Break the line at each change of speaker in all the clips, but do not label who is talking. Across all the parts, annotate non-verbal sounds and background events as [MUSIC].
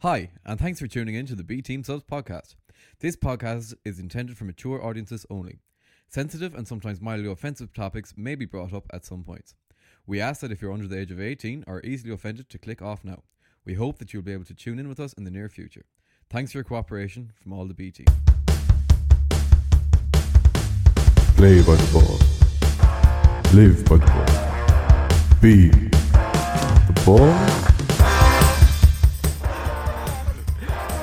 Hi, and thanks for tuning in to the B Team Subs podcast. This podcast is intended for mature audiences only. Sensitive and sometimes mildly offensive topics may be brought up at some points. We ask that if you're under the age of 18 or easily offended to click off now. We hope that you'll be able to tune in with us in the near future. Thanks for your cooperation from all the B Team.
Play by the ball. Live by the ball. Be the ball.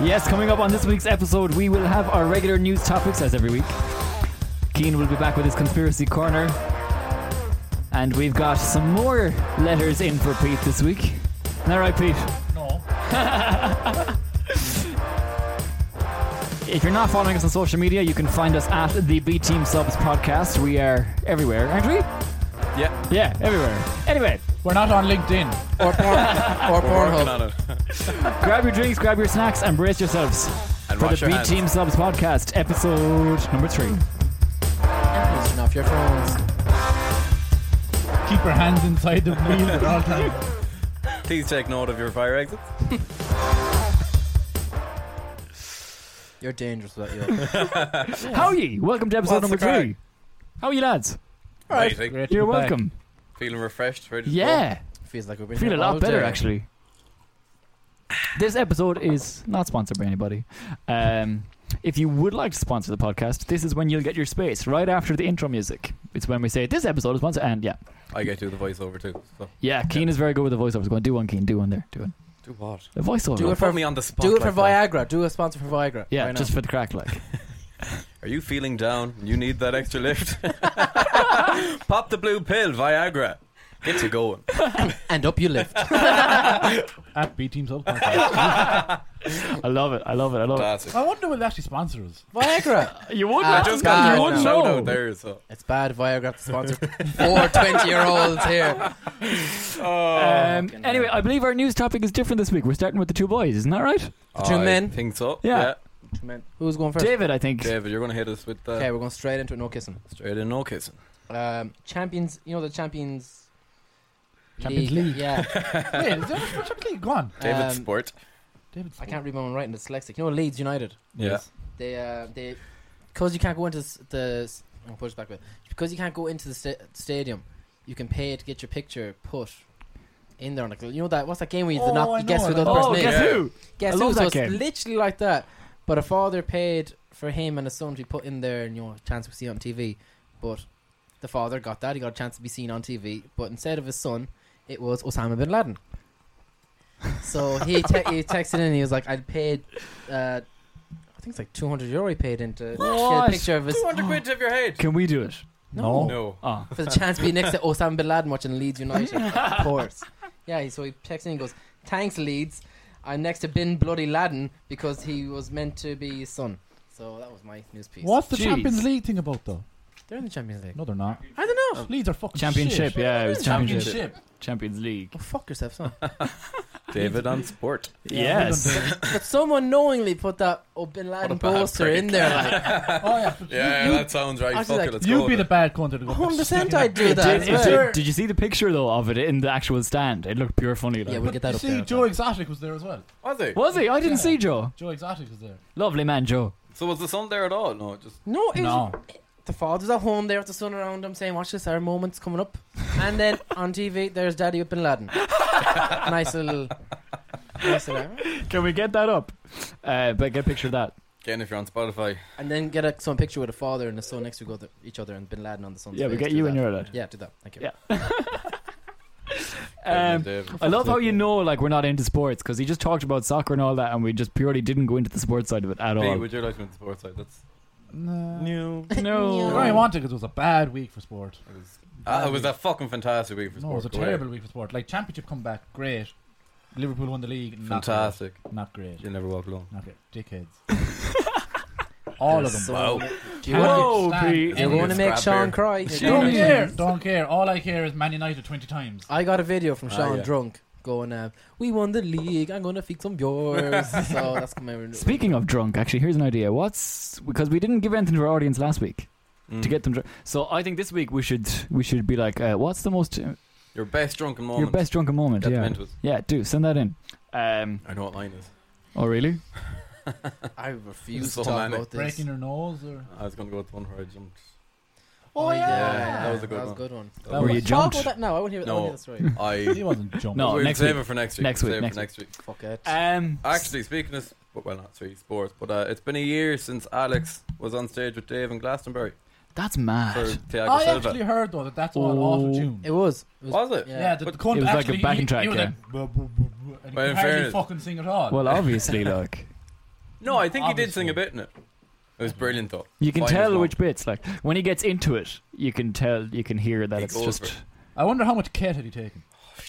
Yes, coming up on this week's episode, we will have our regular news topics as every week. Keen will be back with his conspiracy corner. And we've got some more letters in for Pete this week. Isn't that right, Pete?
No.
[LAUGHS] If you're not following us on social media, you can find us at the B Team Subs podcast. We are everywhere, aren't we?
Yeah,
Yeah, everywhere. Anyway,
We're not on LinkedIn.
Or
working on it.
grab your drinks, grab your snacks, and brace yourselves
And
for
wash
the
your
B
hands.
Team Subs podcast, episode number three.
Turn off your phones.
Keep your hands inside the wheel at all times.
Please take note of your fire exits.
You're dangerous about you.
How are ye? Welcome to episode
What's
number
the crack?
three. How are you, lads?
Right.
Great to
You're
be back.
welcome.
Feeling refreshed, ready to go?
Yeah.
Feels like we've been
feel a
here all
lot better
day.
actually. This episode is not sponsored by anybody. Um, if you would like to sponsor the podcast, this is when you'll get your space right after the intro music. It's when we say this episode is sponsored, and yeah,
I get to do the voiceover too. So.
yeah. Keen is very good with the voiceovers. Go on, do one, Keen. Do one there. Do one.
Do what?
The voiceover.
Do
Don't
it for-
put me on the spot.
Do it for
like that.
Viagra. Do a sponsor for Viagra.
yeah,
Why not?
just for the crack, like.
Are you feeling down? You need that extra lift. [LAUGHS] Pop the blue pill, Viagra. Get you going.
and up
[LAUGHS]
you lift.
At B Team Sub Podcast.
I love it. I love it. I love it.
That's it.
I wonder will they actually sponsor us.
Viagra.
You would.
I
not
Just
God,
got
no.
your one
no.
shout out there. So.
It's bad Viagra to sponsor
[LAUGHS]
four 20 year olds here.
Oh,
um, anyway, I believe our news topic is different this week. We're starting with the two boys, isn't that right?
two
I
men.
Think so.
Yeah.
Who's going first?
David, I think.
David, you're going to hit us with uh,
Okay, we're going straight into it. No kissing.
straight in no kissing.
Um, champions, you know the Champions
Champions League.
Yeah.
[LAUGHS]
Wait, is there a Champions League? Go on.
David
Um,
Sport.
David.
I can't read my own writing. Dyslexic. You know Leeds United.
Yeah.
They uh they because you can't go into s- the s- I'll push back a bit. because you can't go into the sta- stadium. You can pay to get your picture put in there. Like you know that what's that game where you did
Oh,
not
I
guess
know,
who
I
the other
know.
oh,
person is?
guess
Yeah.
who?
Guess
I
who?
love
So
that
it's
game.
literally like that. But a father paid for him and his son to be put in there, and you know, chance to see on TV. But the father got that; he got a chance to be seen on TV. But instead of his son, it was Osama
[LAUGHS]
bin Laden. So he te- he texted in. and He was like, "I paid, uh, I think it's like two hundred euro. He paid into
What?
a picture of his
200 quid of your head.
Can we do it?
No.
No.
Oh.
for the chance to be next to Osama bin Laden watching Leeds United. [LAUGHS] of course. Yeah, he- so he texts in and goes, Thanks, Leeds. I'm next to Bin Bloody Laden because he was meant to be his son. So that was my news piece.
What's the
Jeez.
Champions League thing about though?
They're in the Champions League.
No, they're not.
I don't know.
Leeds are fucking
Championship,
shit.
yeah, it was championship.
Championship.
Champions League.
Oh, fuck yourself, [LAUGHS] son.
David on Sport.
Yeah,
yes.
well done, David.
but someone knowingly put that oh, Bin Laden
bad
poster in [LAUGHS] there. Like,
oh yeah. but
Yeah,
you,
that sounds right.
Actually,
Fuck
like,
it, let's
you'd
go
be
with
the
it.
bad cunt to go. [LAUGHS]
100% I'd do that.
Did,
as
did-
well.
did- did you see the picture though of it in the actual stand? It looked pure funny. Like.
Yeah, we'll get that
You
up
see,
there.
Joe Exotic was there as well.
Was he?
was he? I didn't see Joe.
Joe Exotic was there.
Lovely man, Joe.
So was the sun there at all? No, just
No, it was
No.
the father's at home there with the son around him saying, Watch this, our moment's coming up. And then on TV, there's Daddy with Bin [LAUGHS] Laden. nice little. Nice little
Can we get that up? Uh, but get a picture of that.
again if you're on Spotify.
And then get a, some picture with a father and a son next to each other- each other and Bin Laden on the son's
Yeah, we
face.
get
Do
you
that.
and your lad.
Yeah, do that. Thank you.
Yeah. Um,
David.
I love how you know like we're not into sports because he just talked about soccer and all that, and we just purely didn't go into the sports side of it at
B,
all.
would you like to win the sports side? That's
No.
new.
No,
I wanted because it was a bad week for sport.
It was, ah, it was a fucking fantastic week for
No, it
sports.
was a
go ahead.
terrible week for sport. Like championship comeback, great. Liverpool won the league. not great.
Fantastic.
Not great.
You'll never walk alone.
Not great. Dickheads. All of them.
So,
Oh.
do you want
Whoa,
Stand.
Pete.
to, you want to
Scrap
make
here.
Sean cry?
Don't care. Don't care. All I care is Man United 20 times.
I got a video from
Ah,
Sean
yeah.
drunk going, uh, We won the league. I'm going to fix some
[LAUGHS]
yours. so that's my renewal.
Speaking of drunk, actually, here's an idea. What's because we didn't give anything to our audience last week
Mm.
to get them drunk. So I think this week we should we should be like, uh, what's the most
Your best drunken moment.
your best drunken moment?
Get them
yeah,
into us.
yeah. Do send that in. Um,
I know what mine is.
Oh, really?
I refuse
So
to talk
many.
about this.
Breaking her nose or
I was going to go with the one where I jumped.
Oh yeah.
Yeah, that was a good
that was
one.
good one.
That
Were
was-
you
Talk about
jumped?
that now. I want to hear. I want to hear that
[LAUGHS]
story.
he
I.
wasn't jumping.
No,
we'll
next
save
week.
it for next week.
Next
We'll
week,
Save it
next
for next week.
Fuck it.
Um,
Actually, speaking of. sp- Well, not sorry, sports, but uh, it's been a year since Alex was on stage with Dave in Glastonbury
that's
for
mad.
Thiago
I
Silva.
actually heard though that that's
Oh.
all auto tune.
It was. It was.
was it?
Yeah.
Yeah, the,
but-
the cunt
It was like a
actually,
backing
he-
track,
He, was
yeah.
like, "Buh, buh, buh, buh," and he
Well, in
could hardly
fairness-
fucking sing at all.
Well,
[LAUGHS]
obviously, look.
No, I think he did
Obviously.
sing a bit in it. It was brilliant though.
You can
Fine as
tell
well. [LAUGHS]
which bits. Like when he gets into it, you can tell. You can hear that
He
it's
goes
just.
for
I wonder how much cat had he taken.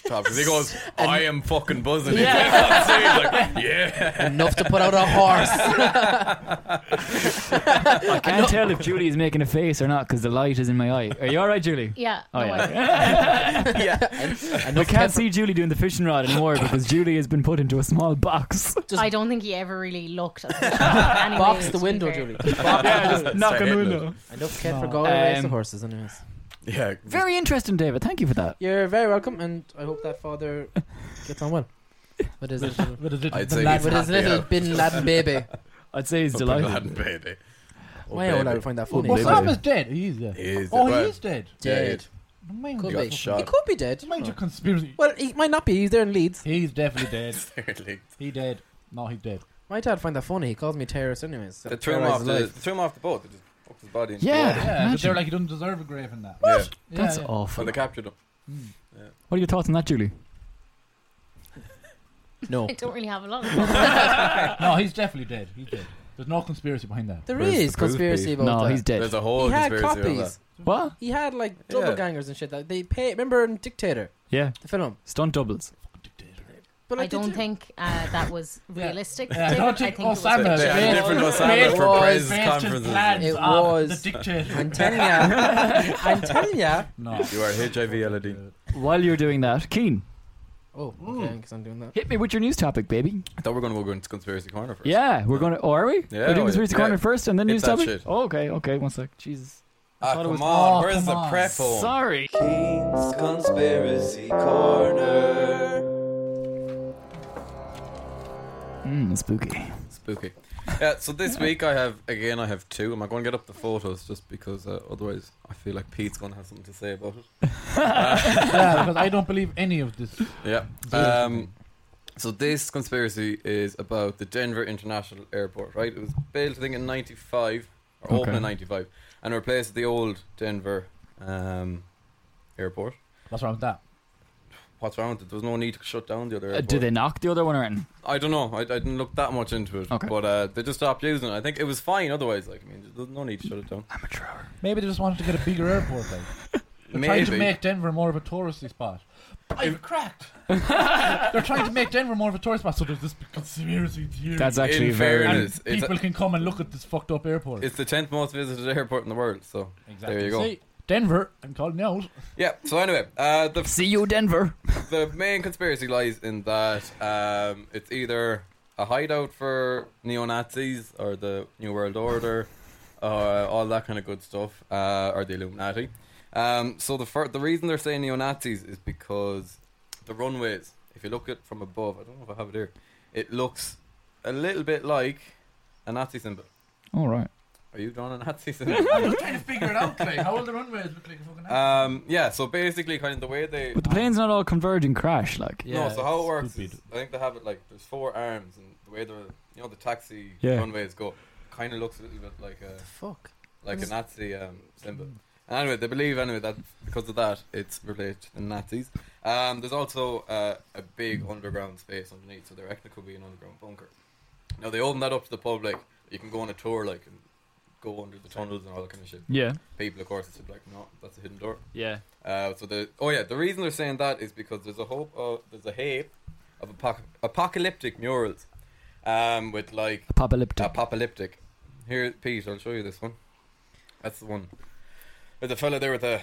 Top, 'cause he
[LAUGHS]
goes, I am fucking buzzing.
Yeah.
Yeah. like, yeah.
Enough to put out a horse.
I can't tell if Julie is making a face or not because the light is in my eye. Are you all right, Julie?
Yeah.
Oh
no worries.
[LAUGHS] yeah.
yeah.
I
[LAUGHS] Enough
can't
pepper-
see Julie doing the fishing rod anymore because Julie has been put into a
[LAUGHS]
small box.
Just
I don't think he ever really looked at the [LAUGHS] shop
[LAUGHS]
anyway,
box
to
the
be
window,
fair. [LAUGHS]
Julie.
yeah, just
Start
knock on the
hitting it.
window.
Enough kid for
No.
going race the
Um,
horses, anyways.
[LAUGHS] Yeah.
Very interesting, David. Thank you for that.
You're very welcome, and I hope that father gets on well. What is it?
[LAUGHS]
With his little,
I'd
the
say
lad
he's
With
with
his
happy Oh,
little
out.
bin Laden baby.
I'd say he's
Up in Latin,
delighted.
baby. Oh,
Why would I
baby.
find that
Oh,
funny?
Well,
baby.
Sam is dead. He is
He
dead.
is
Oh,
well,
he is dead.
Dead.
Mind
Could
got
be.
shot.
He could be dead.
It's a major conspiracy.
Well, he might not be. He's there in Leeds.
He's definitely dead.
Seriously.
He dead. No, he's dead.
My dad find that funny. He calls me terrorist, anyways.
They threw him
Terrorise
off
his
the
life.
they threw him off the boat. They just hooked his body. into the
Yeah.
water.
Yeah, but
Imagine.
they're like, he doesn't deserve a grave in that.
Yeah.
Yeah,
That's
yeah.
awful.
When they captured him.
Mm.
What are your thoughts on that, Julie?
No,
I don't really have a lot.
Hmm. no, he's definitely dead. He's dead. There's no conspiracy behind that.
there
Where's
is
the proof,
conspiracy
Pete?
about
No,
that.
he's dead.
There's a whole
he had
conspiracy of
copies.
what?
He had like
Yeah.
double gangers and shit. Like they pay. Remember in Dictator,
Yeah,
the film.
stunt doubles.
But
I
like, they
don't
do-
think uh, that was realistic.
Yeah, oh, I don't think
David. I think
Osama
it
that.
was
They had
Space-
different
space-
Osama for
space-
praise
Based on plans
conferences.
It
of
was.
the dictator.
I'm telling [LAUGHS] ya. I'm telling ya.
No,
You are HIV LED.
While you're doing that, Keen,
Oh, okay, because I'm doing that.
hit me with your news topic, baby.
I thought we were going to go into Conspiracy Corner first.
Yeah, we're going to. Oh, are we?
Yeah,
We're doing
well,
Conspiracy
yeah.
Corner first and then
Hit
news
that
topic?
shit.
Oh, okay, okay, one sec. Jesus. I
Ah,
thought it
come
was-
on.
Oh,
Where's
come
the
on.
prep phone?
Sorry.
Keen's Conspiracy Corner.
Mmm, spooky.
Spooky. Yeah, so this week I have, again, I have two. Am I going to get up the photos just because uh, otherwise I feel like Pete's going to have something to say about it?
yeah, because I don't believe any of this.
Yeah. Um, so this conspiracy is about the Denver International Airport, right? It was built, I think, in 95, or opened
Okay.
in 95, and replaced the old Denver um, airport.
What's wrong with that?
What's wrong with it? There was no need to shut down the other
Uh,
airport.
did they knock the other one around?
I don't know. I, I didn't look that much into it.
Okay.
But uh, they just stopped using it. I think it was fine otherwise. Like, I mean, there's no need to shut it down.
Amateur hour.
Maybe they just wanted to get a bigger airport. Like. They're trying to make Denver more of a touristy spot. I've cracked. [LAUGHS] They're trying to make Denver more of a tourist spot, so there's this conspiracy theory.
That's
In
actually very.
fairness,
and
It's- it's-
people can come and look at this fucked up airport.
It's the 10th most visited [LAUGHS] airport in the world, so
exactly.
there you go.
See, Denver, I'm calling you out.
yeah. So anyway, uh, the
See you, Denver.
the main conspiracy lies in that um, it's either a hideout for neo Nazis or the New World Order, or all that kind of good stuff, uh, or the Illuminati. Um, so the fir- the reason they're saying neo Nazis is because the runways, if you look at from above, I don't know if I have it here, it looks a little bit like a Nazi symbol.
All right.
Are you drawing a Nazi symbol?
I'm just trying to figure it out, Clay. How will the runways look like a fucking
um, yeah. So basically, kind of the way they
But the plane's not all converge and crash, like.
no, so how it works
stupid.
is I think they have it like there's four arms and the way the you know the taxi
Yeah.
runways go kind of looks a little bit like a
Fuck.
like a Nazi um, symbol. And anyway, they believe anyway that because of that it's related to the Nazis. Um, there's also uh, a big underground space underneath, so there actually could be an underground bunker. Now they open that up to the public. You can go on a tour like and go under the tunnels and all that kind of shit.
Yeah.
People, of course, it's like no, that's a hidden door.
Yeah.
Uh, so the oh yeah, the reason they're saying that is because there's a hope of there's a hype of apoc- apocalyptic murals, um, with like
Apocalyptic.
apocalyptic. Here, Pete, I'll show you this one. That's the one. There's a fella there with a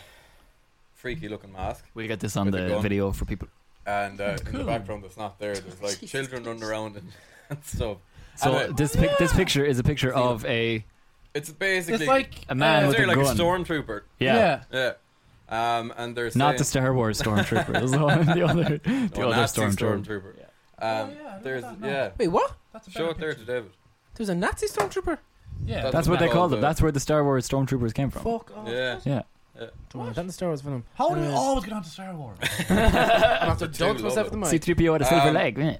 freaky looking mask,
We'll get this on
With a
the
gun.
video for people.
and uh, in the background that's not there. There's
[LAUGHS]
like children running around and, [LAUGHS] and stuff.
So
Anyway.
this pic- this picture is a picture
See that?
of a
It's basically
It's like
a man
Is
with
there
a
like
gun.
a stormtrooper.
yeah.
Yeah, um, and there's [LAUGHS]
Not the Star Wars stormtrooper. It was the one- the other, the
no,
other
Nazi
stormtrooper.
Oh, stormtrooper. Um,
Oh, yeah, I remember
there's
that now.
yeah,
Wait, what?
That's a
show
better
it there to
picture.
David.
There's a Nazi stormtrooper?
Yeah,
That's
That's
what
what Oh, they
they
called
call
them.
the-
That's where the Star Wars stormtroopers came from.
Fuck off.
Yeah,
Yeah.
Don't worry, that the Star Wars
[LAUGHS]
film.
how do we
Anyways,
always get onto Star Wars?
I'm after
The two
dunk myself
love
at the
C
mic.
three PO had a silver
Um,
leg. Eh. innit?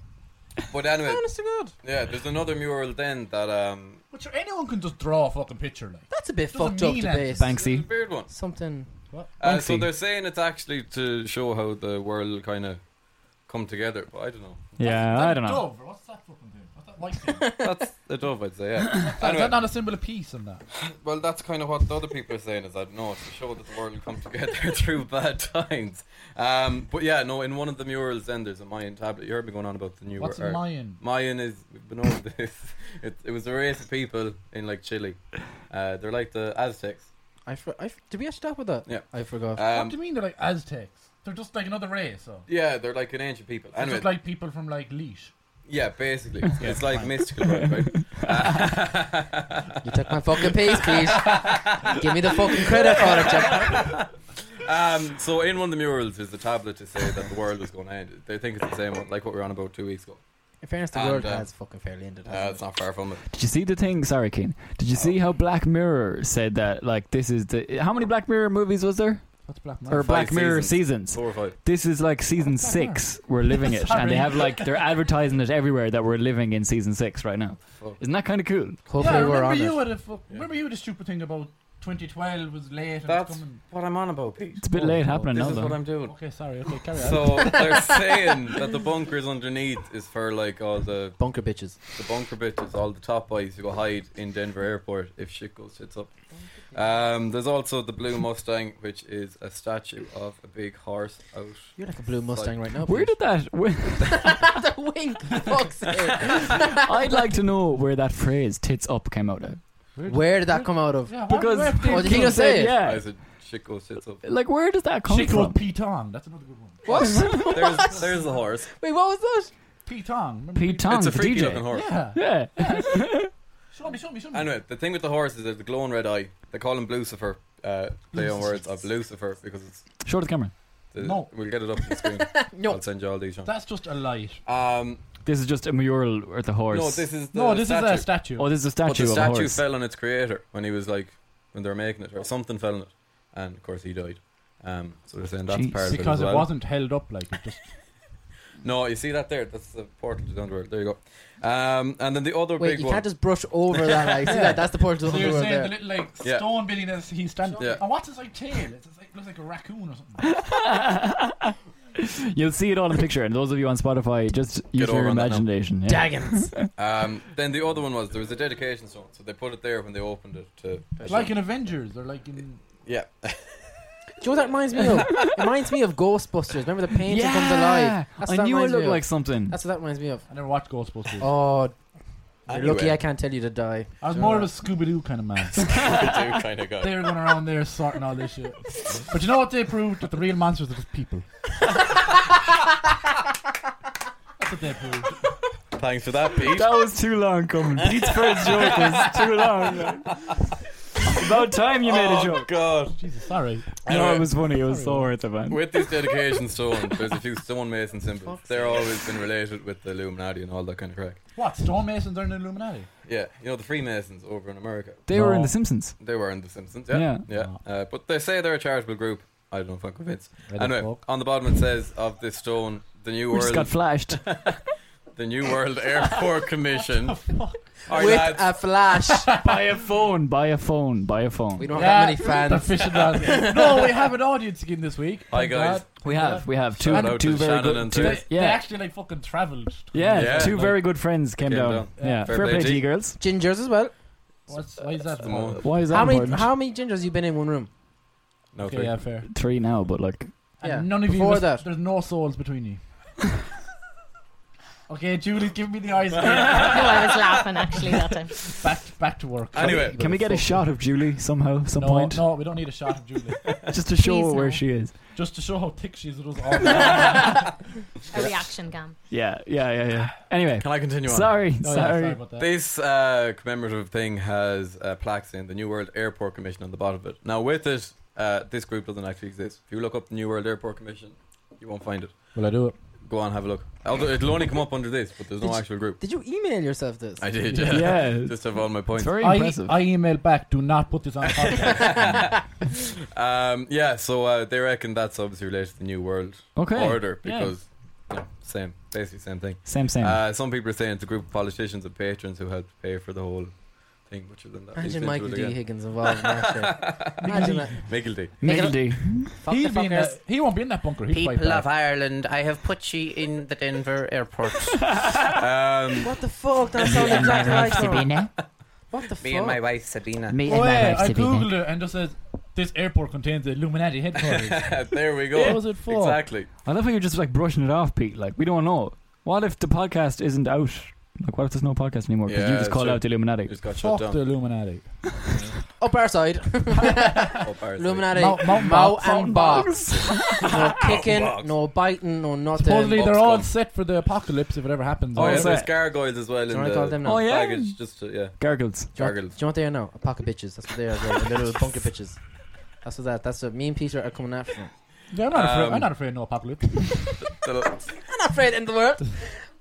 but anyway,
Honest to God.
yeah. There's another mural then that um,
Which anyone can just draw a fucking picture like.
That's a bit
Doesn't
fucked up
mean
to
anything.
base.
it's a
Banksy.
weird one.
Something.
Uh, so
Banksy.
they're saying it's actually to show how the world kind of come together, but I don't know.
Yeah, I don't know.
Dove, or what's that fucking thing? What's that
[LAUGHS]
light thing?
That's the dove, I'd say. Yeah.
Is
Anyway.
that not a symbol of peace in that?
[COUGHS] Well, that's kind of what the other people are saying is that no, it's to show that the world will come together [LAUGHS] through bad times. Um, but yeah, no, in one of the murals, then there's a Mayan tablet. You uh, heard me going on about the new
What's a
or-
Mayan?
Mayan is we've been over this. [LAUGHS] It, it was a race of people in like Chile. Uh, they're like the Aztecs.
I, for, I f- Did we actually talk about that?
Yeah.
I
what
forgot.
do
Um,
you mean they're like Aztecs? They're just like another race. So.
yeah, they're like an ancient people.
They're
Anyway,
just like people from like Leash.
yeah, basically, it's,
Yeah,
it's like
fine.
mystical, right? right?
you took my fucking
[LAUGHS]
piece, please. Give me the fucking credit for it, Jack.
Um, so in one of the murals is the tablet to say that the world was going to end. They think it's the same one, like what we were on about two weeks ago.
In fairness, the
And,
world
uh,
has fucking fairly ended.
Uh,
hasn't
it's not far from it.
Did you see the thing? Sorry, Keen. Did you
Oh.
see how Black Mirror said that? Like, this is the how many Black Mirror movies was there?
What's Black
Or
Mass?
Black Mirror
seasons. Oh.
seasons?
Four or five.
This is like season six. We're living it, and
Sorry.
they have
[LAUGHS]
like they're advertising it everywhere that we're living in season six right now.
Fuck.
Isn't that kind of cool?
it? Hopefully,
yeah, I
we're
remember
on
you
it.
had a fuck, remember you had a stupid thing about 2012 was late. And
That's
it's coming.
what I'm on about, Pete.
It's a bit late happening
Oh, This
now
is what
though.
I'm doing.
Okay, sorry. Okay, carry on.
So they're saying that the bunkers underneath is for like all the
Bunker bitches.
the bunker bitches, all the top boys who go hide in Denver airport if shit goes tits up. Um, there's also the blue Mustang, which is a statue of a big horse out.
You're like a blue Mustang right now.
Where
please.
did
[LAUGHS]
that? Where,
the wink? [LAUGHS] Fuck's sake.
I'd like to know where that phrase "tits up" came out of.
Where did that come out of?
yeah,
Because
Oh, did
what,
he just say it?
I
Yeah.
said shit goes tits up.
Like, where does that come
Chico
from?
Petong. That's another good one.
What?
There's there's the horse.
Wait, what was that?
Petong. remember
Pete Tong,
it's a
the
freaky
DJ.
looking horse.
Yeah.
Yeah.
[LAUGHS]
Show me, show me, show me.
Anyway, the thing with the horse is there's the glowing red eye. They call him Lucifer. Uh, play on words of Lucifer because it's.
Show the camera.
The,
No.
We'll get it up on the screen.
No.
I'll send you all these. Sean.
That's just a light.
Um,
This is just a mural with the horse.
no, this is the
No, this
statue.
is a statue.
oh, this is a
But the
statue of a
statue
horse.
fell on its creator when he was like when they were making it, or something fell on it, and of course he died. Um, so they're saying that's
Jeez.
part of it. as
because it
well.
wasn't held up like it just.
No, you see that there? That's the portal to the underworld. There you go. Um, and then the other
Wait,
big
you
one.
can't just brush over that.
[LAUGHS]
Like, see that? That's the portal
So
of the
you're
world
saying the
there.
little like
Yeah.
stone building that he's standing.
Yeah.
And what's his like tail? It's it's like looks like a raccoon or
[LAUGHS]
something.
You'll see it all in picture, and those of you on Spotify, just use
over
your
on that now.
imagination. Yeah.
Daggins.
um, then the other one was there was a dedication stone, so they put it there when they opened it to.
like in Avengers, or like in.
yeah,
Do you know what that reminds me of? It reminds me of Ghostbusters. Remember the painting
Yeah!
comes alive? That's what
I
that
knew it
reminds me
looked
of.
like something.
That's what that reminds me of.
I never watched Ghostbusters.
Oh, you're
Anyway.
lucky I can't tell you to die.
I was more of a Scooby Doo kind of
[LAUGHS]
man.
[LAUGHS] they do kind of
they
guy.
were going around there sorting all this shit. But you know what they proved? That the real monsters are just people. That's what they proved.
Thanks for that, Pete.
That was too long coming. Pete's first joke was too long. About time you made a
Oh
joke.
God!
Jesus, sorry.
No,
Anyway.
it was funny. It was so worth it, man.
With these dedication stones, there's a few stonemason symbols. They're always been related with the Illuminati and all that kind of crack.
What? Stonemasons are in the Illuminati?
Yeah, you know the Freemasons over in America.
They were in
No.
The Simpsons.
They were in The Simpsons. Yeah. Yeah.
Oh.
Uh, but they say they're a charitable group. I don't know if I'm convinced. Anyway, on the bottom it says of this stone, the New
We just
World, [LAUGHS]
got flashed.
the New
[LAUGHS]
World Airport Commission. Our
With
lads,
a flash.
[LAUGHS]
buy a phone. Buy a phone. Buy a phone.
we
We,
don't
Yeah,
have that many
The
fans.
fishing rod. no, we have an audience again this week.
hi
Thank
guys.
God.
have. We have two.
Shout out
two
to
very
Shannon
good.
and
Two,
Terry.
They,
yeah.
they actually like fucking travelled.
yeah,
Yeah,
Two
like-
very good friends came,
Came
down.
down.
Yeah.
Fair
Fair, play,
play, G.
G girls.
Gingers as well.
What's, why is that?
Come on.
Why is that
How many
important?
how many gingers you been in one room?
No,
Okay,
three.
yeah, fair.
Three now, but like
And
Yeah,
none of you.
before
must-
that.
There's no souls between
[LAUGHS]
you. okay, Julie, give me
[LAUGHS]
the eyes.
No,
again.
[LAUGHS] I was laughing actually that time.
back, back to work.
Anyway,
Can we get a shot of Julie somehow, some
no,
point?
no, we don't need a shot of Julie.
[LAUGHS] Just to show
Please,
where
no.
she is.
Just to show how thick she is with us all.
A reaction cam.
Yeah, yeah, yeah, yeah. Anyway,
can I continue on?
sorry,
No, yeah,
sorry.
about that.
This uh, commemorative thing has uh, plaques in the New World Airport Commission on the bottom of it. Now, with it, uh, this group doesn't actually exist. If you look up the New World Airport Commission, you won't find it.
Will I do it?
Go on, have a look. Although it'll only come up under this, but there's no
Did you-
actual group.
Did you email yourself this?
I did. [LAUGHS]
Yeah,
Just have all my points.
it's very
I,
impressive.
I emailed back, do not put this on podcast.
[LAUGHS] Um, yeah, so uh, they reckon that's obviously related to the New World
okay,
Order
Yeah.
because yeah, same, basically same thing.
same, same.
Uh, some people are saying it's a group of politicians and patrons who helped pay for the whole thing. Which is that
Imagine Michael D. Higgins involved in that
[LAUGHS]
shit. Imagine that.
Michael D. [LAUGHS]
Michael D.
Fuck
He'll
the
be in
fuckers.
that, he won't be in that bunker. He'll fight
People
back.
of Ireland, I have put ye in the Denver
[LAUGHS]
airport.
Um,
What the fuck? That sounds exactly like someone. What the
Me and my
fuck?
wife Sabina.
Me
Oh, yeah, I googled it and just says this airport contains the Illuminati
[LAUGHS]
headquarters.
there we
what
go.
was it for?
Exactly.
I love how you're just like brushing it off, Pete. Like we don't know. What if the podcast isn't out? Like what if there's no podcast anymore? Because you
Yeah,
just called
true.
out the Illuminati.
Just got
Fuck
shut
the
down.
Illuminati.
Up our side.
Oh, sorry.
Illuminati.
Mo- mo-
Mo
box.
[LAUGHS]
and box. No kicking,
Box.
no biting, no nothing. Oh,
Supposedly
box
they're all
gone.
set for the apocalypse if it ever happens.
Oh, yeah,
Also-
there's gargoyles as well
Do you
in
want to call them
the
now?
Oh, yeah.
baggage. Just to, yeah,
Gargles.
Do you, want, do
gargoyles.
you know what they are now? A pack of bitches. That's what they are. They're, they're [LAUGHS] little bunker bitches. That's what that. That's what me and Peter are coming after them.
Yeah, I'm, not afraid,
Um,
I'm not afraid of
[LAUGHS]
no apocalypse.
The-
[LAUGHS] I'm not afraid of the end of the [LAUGHS] world.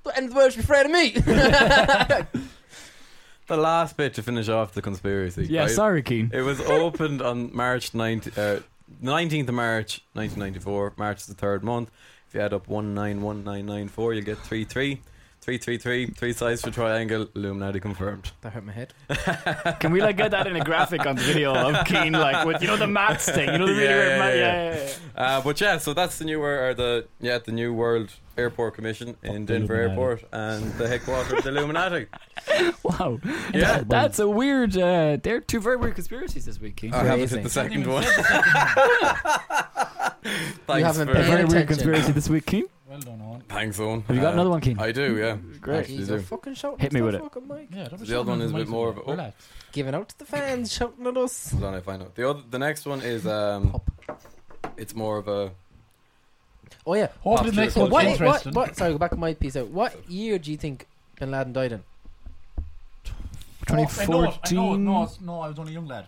The end of the world should be afraid of me.
The last bit to finish off the conspiracy.
Yeah,
right?
sorry, Keen.
It was opened on March 19th, uh, 19th of March 1994. March is the third month. If you add up 191994, you'll get 33. 333, three sides for triangle, Illuminati confirmed.
[LAUGHS] that hurt my head.
[LAUGHS] Can we like get that in a graphic on the video [LAUGHS] of Keen, like with you know the maths thing, you know the really
Yeah,
weird
yeah,
math-
yeah.
yeah, yeah, yeah.
Uh, but yeah, so that's the new wor- or the yeah the new World Airport Commission in
the
Denver
Illuminati.
Airport and the headquarters of the Illuminati.
Wow,
Yeah,
[LAUGHS] that's a weird. Uh, they're two very weird conspiracies this week, Keen.
I haven't hit the second one. [LAUGHS] thanks
haven't
for
a very
Pay
weird
attention.
conspiracy this week, Keen.
well done, Owen.
thanks, Owen.
Have you got
Uh,
another one, Keen?
I do, yeah.
Great.
Actually
Jeez,
do.
you're fucking shouting.
Hit
at
me
the
with it.
fucking mic.
Yeah, that
The
was
other
shocking
one is a bit
information.
more of a- oh.
Relax.
Giving out to the fans, shouting at us.
Hold on, I find out. The other, the next one is um, it's more of a
Oh yeah.
Hopefully the
Pop
next
culture.
So
one's
what, what,
interesting.
what? Sorry, go back to my piece out. What year do you think Bin Laden died in?
Oh, I know it, I know it.
2014.
No, it's- no, I was only a young lad.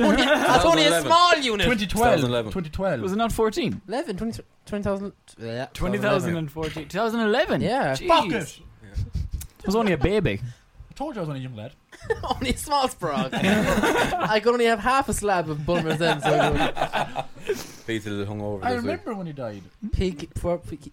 [LAUGHS]
only, that's only a
2011.
small unit.
2012.
2011.
2012.
Was it not 14?
11, 20, 20,000. yeah,
2014. 2011.
Yeah.
Jeez.
Fuck it!
I was only a baby.
I told you I was only a young lad.
[LAUGHS] only a
[LAUGHS]
small sprog. I could only have half a slab of Bulmers then, so I would-
Peter that hung over
I
this week.
remember when he died.
Pig, before, Pig,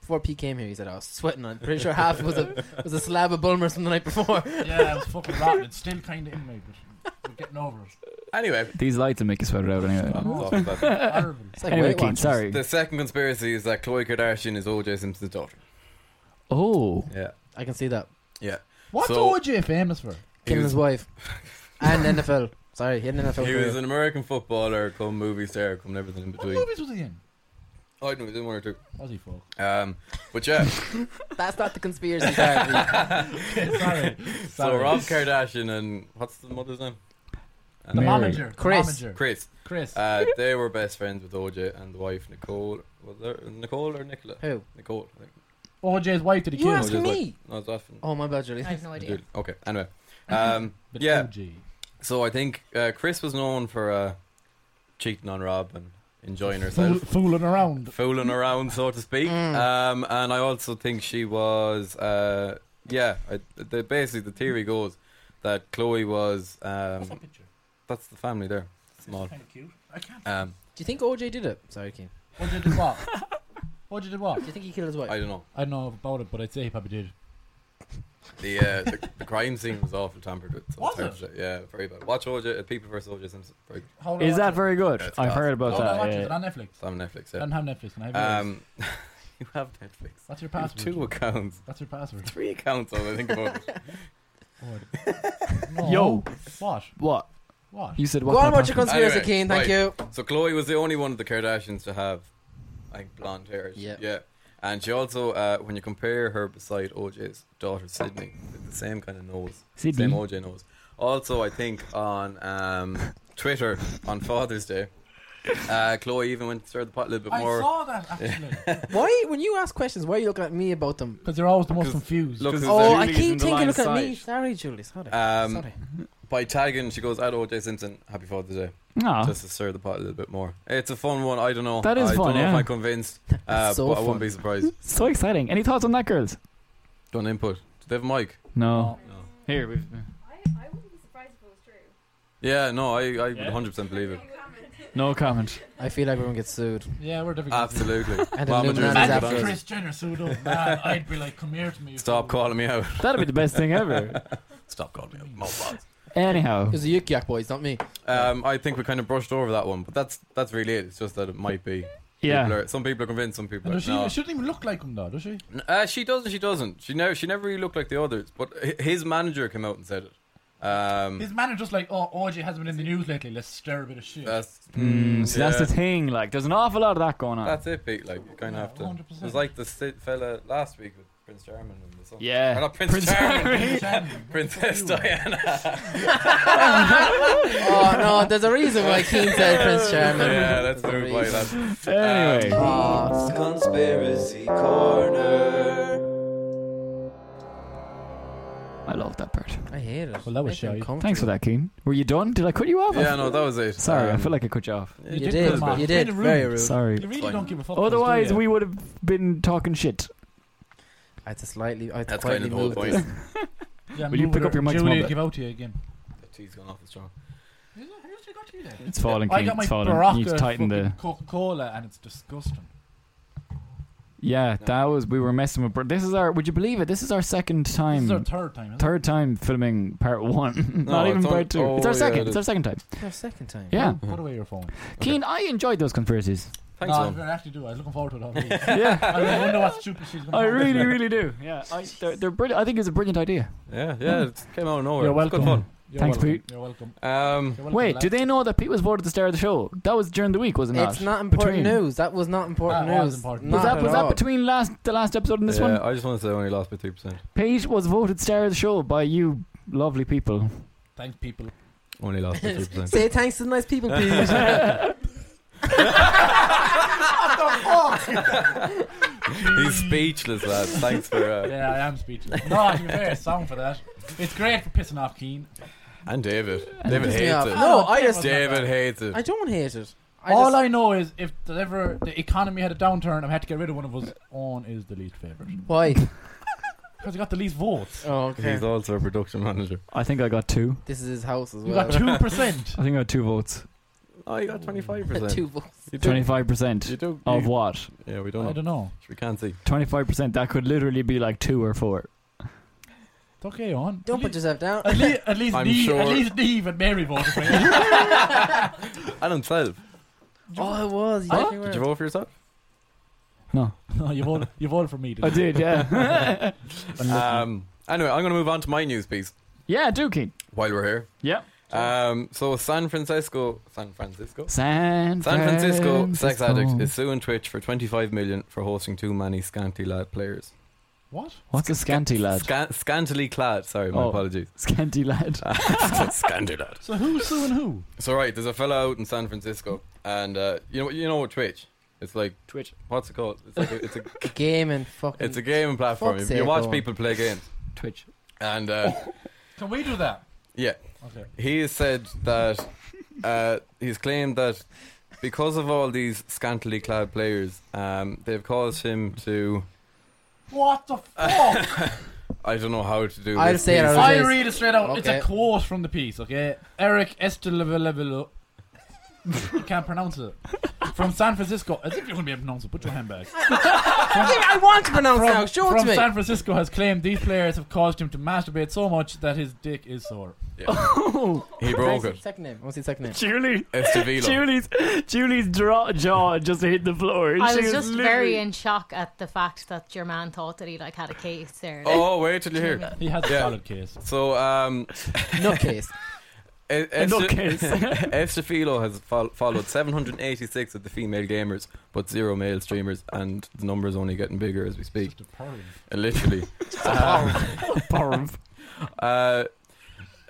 before P came here, he said, I was sweating. I'm pretty sure half was a, was a slab of Bulmers from the night before. [LAUGHS]
Yeah, I was fucking rotten. It's still kind of in me, but we're getting over it.
Anyway,
These lights will make you sweat it out anyway.
I'm off about that.
Horrible.
It's like
Anyway,
Weight
Keen,
Watchers.
[LAUGHS]
sorry.
the second conspiracy is that Khloe Kardashian is O.J. Simpson's daughter.
Oh.
Yeah,
I can see that.
yeah.
What's
So-
OJ famous for?
He
Killing
was,
his wife. And NFL. Sorry, he had an NFL.
he was
career.
an American footballer, come movie star, come everything in
What
between.
movies was he in?
Oh, I know, he's in one or two.
Was he fuck?
Um, but yeah,
That's not the conspiracy
[LAUGHS]
part.
[LAUGHS] Sorry.
so
Sorry.
Rob Kardashian and what's the mother's name?
The
Mary.
momager. the
Chris.
momager.
Chris.
Chris.
Uh, they were best friends with OJ and the wife Nicole. Was there Nicole or Nicola?
Who?
Nicole. I think.
OJ's wife did he
You
kill?
asked
OJ's wife.
me.
No, it's often.
Oh, my bad, Julie.
I have no idea.
Okay. Anyway. Um,
But
yeah.
OJ.
So I think uh, Chris was known for uh, cheating on Rob and enjoying
Fool,
herself,
fooling around.
fooling around, so to speak.
Mm.
Um, and I also think she was, uh, yeah. I, the, basically, the theory goes that Chloe was. Um,
picture?
that's the family there. Small.
of cute. I can't.
Um,
Do you think OJ did it? Sorry, Keen.
OJ did what? [LAUGHS] OJ did what?
Do you think he killed his wife?
I don't know.
I don't know about it, but I'd say he probably did.
The, uh, the the crime scene was awful tampered with. so
Was
it's hard to say. Yeah, very bad. Watch OJ, uh, People vs. OJ Simpson. Very good.
How do I
Is
watch
that
it?
very good?
That's
I've
class.
heard about
How do I watch
that.
it? Is it
yeah.
on Netflix?
It's on Netflix. Yeah.
I don't have Netflix. And I have um,
Um, [LAUGHS] you have Netflix.
That's your
You have
password.
two accounts,
That's
[LAUGHS]
your password.
three accounts. All I think about. it.
No.
Yo.
What?
What?
What?
You said
Go
what?
on,
kind
watch
of
your conspiracy,
Anyway,
Keen. Thank
right.
you.
So Chloe was the only one of the Kardashians to have, like, blonde hair.
Yeah.
Yeah. And she also, uh, when you compare her beside OJ's daughter Sydney, the same kind of nose,
[LAUGHS] Sydney.
same
[LAUGHS]
OJ nose. Also, I think on um, Twitter on Father's Day, Uh, Chloe even went stir the pot a little bit
I
more.
saw
[LAUGHS]
that actually
Why, when you ask questions, why are you looking at me about them?
because they're always the most
'Cause-
confused.
look, who's
Oh,
that?
I
Julie's in
keep
the
thinking,
line
look at me.
side.
Sorry, Julie. Sorry.
Um,
sorry.
by tagging, she goes, "At OJ Simpson, happy Father's Day."
Aw.
Just to stir the pot a little bit more. It's a fun one. I don't know.
Ah. That is
I
fun,
don't know if
yeah.
I'm convinced, uh,
so
but I
fun.
wouldn't be surprised.
so exciting. Any thoughts on that, girls?
Don't input. Do they have a mic?
No.
No.
Here, we've.
Yeah, no, I, I would
Yeah?
100% believe it.
No comment.
I feel like everyone gets sued.
yeah, we're difficult.
uh, Absolutely.
[LAUGHS]
And
Mama
Illuminati's
Drew's good
Imagine
after
on
if
it.
it.
Chris Jenner
[LAUGHS]
sued up, man. I'd be like, come here to me. you
Stop
fool."
calling me out. [LAUGHS]
That'd be the best thing ever.
Stop calling me out. Mob
Anyhow,
It was the Yik Yak boys, not me.
Um, I think we kind of brushed over that one, but that's that's really it. It's just that it might be. People
yeah.
are, some people are convinced. Some people are
And does she,
no.
she doesn't even look like him, though, does she?
N- Uh, she doesn't. She doesn't. She never. She never really looked like the others. But hi- his manager came out and said it. Um,
His manager's just like, oh, OJ hasn't been in the news lately. Let's stir a bit of shit.
that's
Mm, so that's
yeah.
the thing. Like, there's an awful lot of that going on.
That's it, Pete. Like you kind
Yeah,
of have to.
100%.
It was like the st- fella last week with Prince Charming and the song.
Yeah.
Or not Prince, Charming.
Shannon,
[LAUGHS] Princess Diana.
Oh, no, there's a reason why Keen said Prince Charming.
yeah, that's uh, the
There's a
why
reason.
that.
anyway,
um,
Oh,
Conspiracy Corner.
I love that part.
I hate it.
Well, that was
Makes me
shy.
uncomfortable.
Thanks for that, Keen. Were you done? Did I cut you off?
Yeah, no, that was it.
Sorry, I
Um,
feel like I cut [LAUGHS] you off.
it
You
did
did.
come back.
You did.
Kinda rude.
Very rude.
Sorry.
You
Fine.
really don't give a fuck.
Otherwise,
do you?
we would have been talking shit.
I had to slightly. I had to
That's kind
quietly
of the whole
move
point.
this.
Yeah,
Will you
move
pick
it
up your
or-
mic
Julie
tomorrow?
will give out to you again.
[LAUGHS] The tea's gone off the strong.
It's falling,
I
Keen.
got my
It's falling. You
Barocca
need to tighten the.
Coca Cola, and it's disgusting.
Yeah, that was. We were messing with. Bur- This is our. Would you believe it? This is our second time.
This is our third time. Isn't
third time filming part one.
No,
Not even
it's only-
part two.
oh,
it's our
yeah,
second.
it
it's our second time.
Our second time.
it?
Yeah.
Put away your phone.
Keen, I enjoyed those conspiracies.
Mm-hmm. Thanks,
no,
Lon.
I actually do. I was looking forward to it. All
[LAUGHS]
week. [LAUGHS]
Yeah.
I really wonder what stupid she's going to
I Oh, really, really do. Yeah, I, they're, they're brilliant. I think it's a brilliant idea.
Yeah, yeah, it came out of nowhere.
You're
It's
welcome.
Good fun.
You're
Thanks,
welcome.
Pete.
You're welcome.
Um,
You're welcome,
Wait,
lad.
do they know that Pete was voted the star of the show? That was during the week, was it not?
It's not important
Between-
news. That was not important
That was
news.
important.
Not
Was that
at
was that
all.
between last the last episode and this
yeah,
one?
I just want to say I only lost by two percent.
Pete was voted star of the show by you lovely people.
Thanks, people.
Only lost by two
[LAUGHS]
percent.
Say thanks to the nice people, please.
He's speechless, lad. Thanks for
[LAUGHS]
uh,
Yeah, I am speechless. no, to be fair, it's song for that. It's great for pissing off Keen.
and David.
And
David
Piss me
hates
off.
it.
No, I just.
David hates it.
I don't hate it. I
All
just,
I know is if there's ever the economy had a downturn and had to get rid of one of us, on is the least favourite.
why?
Because he got the least votes.
Oh, okay.
He's also a production manager.
I think I got two.
This is his house as
You
well.
got
[LAUGHS]
2%.
I think I got two votes.
Oh, you got twenty five percent.
Two votes.
You do.
Twenty five
You
percent
do.
of
you-
what?
Yeah, we don't.
I
know.
don't know.
We can't see.
Twenty five percent. That could literally be like two or four.
It's okay, on.
Don't put yourself down.
At, le- at least
I'm
Neve,
sure-
at least Neve and Mary voted for you.
I don't tell.
Oh, it was. You
Huh?
definitely were.
Did you vote for yourself?
No,
[LAUGHS] no, you voted. You voted for me.
I
Didn't you?
did. Yeah,
Um, anyway, I'm going to move on to my news piece
[LAUGHS] yeah, I do Keen.
while we're here.
Yeah.
Um, so San Francisco, San Francisco,
San,
San Francisco sex addict is
Is
suing Twitch for 25 million for hosting too many scanty lad players.
What?
What's a scanty lad?
Scan- scantily clad. Sorry, my
Oh. [LAUGHS]
apologies.
Scanty lad.
Ah. scanty lad.
So who's suing who?
So right, there's a fellow out in San Francisco, and uh, you know you know what Twitch? It's like
Twitch.
what's it called? It's like a, it's a
Game and fucking.
it's a gaming platform.
Fuck's
You, you
sake,
watch
go on.
people play games,
Twitch.
and uh,
Can we do that?
yeah,
Okay.
he has said that uh, he's claimed that because of all these scantily clad players, um, they've caused him to
What the [LAUGHS] fuck?
I don't know how to do.
I'll
this
say it
piece.
out
I read it straight out. It's
Okay.
a quote from the piece. Okay, Eric Estelvelevelo. you can't pronounce it. From San Francisco, as if you're gonna be able to pronounce it. Put your hand back.
I want to pronounce now.
From,
Show it
from
to me.
San Francisco has claimed these players have caused him to masturbate so much that his dick is sore.
He broke it.
Second name. What's his second name? [LAUGHS]
Julie.
Estevilo.
Julie's Julie's draw, jaw just hit the floor.
I
She
was just very
literally- [LAUGHS]
in shock at the fact that your man thought that he like had a case there.
Oh wait till you hear.
He has
Yeah.
a solid case.
So um,
Nutcase.
E- [LAUGHS]
nutcase.
Este- Estefilo has fol- followed 786 of the female gamers, but zero male streamers, and the number is only getting bigger as we speak.
Just a purring.
Uh, [LAUGHS] Literally.
Barf.
Uh,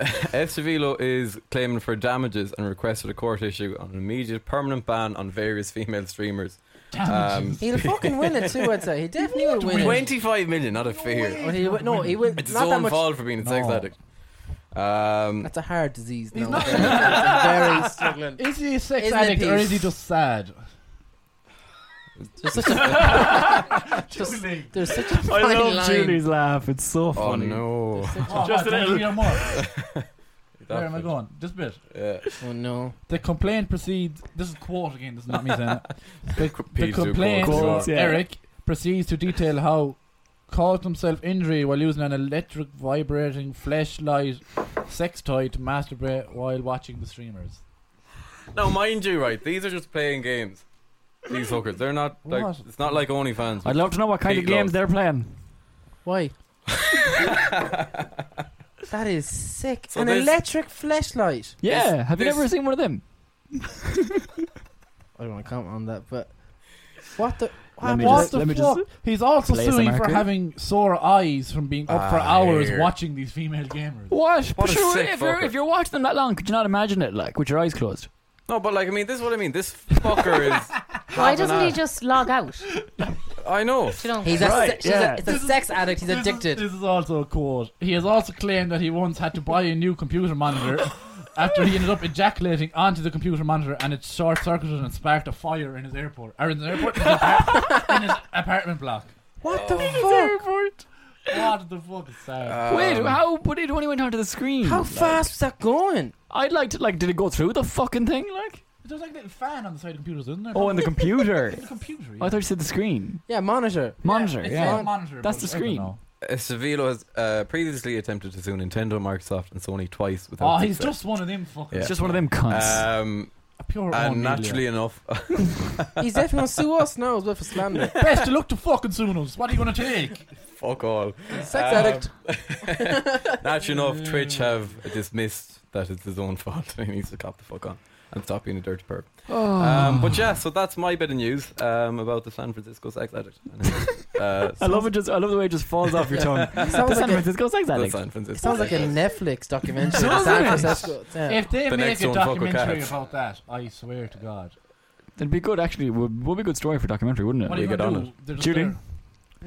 F. Cervillo is claiming for damages and requested a court issue on an immediate permanent ban on various female streamers. Um,
He'll fucking win it too, I'd say. He definitely will win it.
25 million, not a fear.
Well, he wi- no, he will.
It's his
not that
own
much.
fault for being a sex
No.
addict. Um,
That's a hard disease.
He's
now.
not- [LAUGHS]
Very struggling.
Is he a sex
Isn't it
addict or
peace?
is he just sad? Oh,
There's such a, just, there's such a fine
I love
line.
Julie's laugh. It's so
oh
funny.
no.
Oh,
Just a
what,
little-
do you hear more?
That
Where am I
bit.
going? This bit.
Yeah.
Oh no.
The complaint proceeds. This is quote again. This is not me
[LAUGHS]
saying it. The, the
Peter
complaint,
Paul.
Quotes, yeah.
Eric proceeds to detail how caused himself injury while using an electric vibrating flashlight sex toy to masturbate while watching the streamers.
Now, mind you, right, these are just playing games. These hookers, they're not like
What?
it's not like OnlyFans.
I'd love to know what kind of
Pete Love.
games they're playing.
Why? that is sick.
So
An
this-
electric flashlight.
Yeah,
This-
have you
this-
never seen one of them?
I don't want to comment on that, but what the?
Let
What,
me
what
just-
the
let me
fuck?
just
He's also
play some
suing for
arcade.
having sore eyes from being up for
Ah,
hours
here.
watching these female gamers.
What?
What
But
a
sure,
sick
if you're,
fucker.
if you're watching them that long, could you not imagine it, like, with your eyes closed?
No, but like I mean, this is what I mean. This fucker is.
Why
[LAUGHS]
having
doesn't
a-
he just log out?
I know.
You know, [LAUGHS]
He's a,
Right,
se- she's
yeah.
a, it's a sex addict. He's
This is-
[LAUGHS]
addicted.
this is also a quote. He has also claimed that he once had to buy a new computer
[LAUGHS]
monitor after he ended up ejaculating onto the computer monitor and it short circuited and sparked a fire in his airport. Or in his airport? In his, apart-
[LAUGHS]
in his apartment block.
what the fuck?
What the fuck is that?
Wait,
Um,
how? But it only went onto the screen.
How
like.
fast was that going?
I'd like to, like, did it go through the fucking thing, like?
There's like a little fan on the side of computers, isn't there?
Oh, and the computer. Oh,
the computer.
[LAUGHS] I thought you said the screen.
Yeah, monitor.
Monitor,
It's
yeah.
not a monitor.
That's
but
the
I don't
screen.
know.
Uh, Sevilla has uh, previously attempted to sue Nintendo, Microsoft, and Sony twice
Oh,
without.
he's
success.
just one of them fuckers.
Yeah.
It's just one of them cunts.
Um,
A
and
pure O'Neillian.
naturally enough, [LAUGHS]
He's definitely gonna sue us now as well for slander.
Best to look to fucking Sooners. What are you going to
[LAUGHS]
take?
fuck all.
Sex addict.
Naturally enough,
[LAUGHS]
Twitch have dismissed that it's his own fault [LAUGHS] and he needs to cop the fuck on and stop being a dirty perp.
Oh.
Um, but yeah, so that's my bit of news um, about the San Francisco sex addict. [LAUGHS] Uh,
I love it. Just I love the way it just falls off your tongue. the
Sounds
San
like a,
Francisco sex
the
addict.
San
it
Francisco
sounds like a
sex addict.
Netflix documentary.
Doesn't
San
it?
Francisco. Yeah.
If they
The
make
next
a
one, fuck a
documentary
cat.
about that, I swear to God.
It'd be good, actually. Would, would be a good story for a documentary, wouldn't it?
What are you
get
gonna
on
do? They're just
Shooting.
there.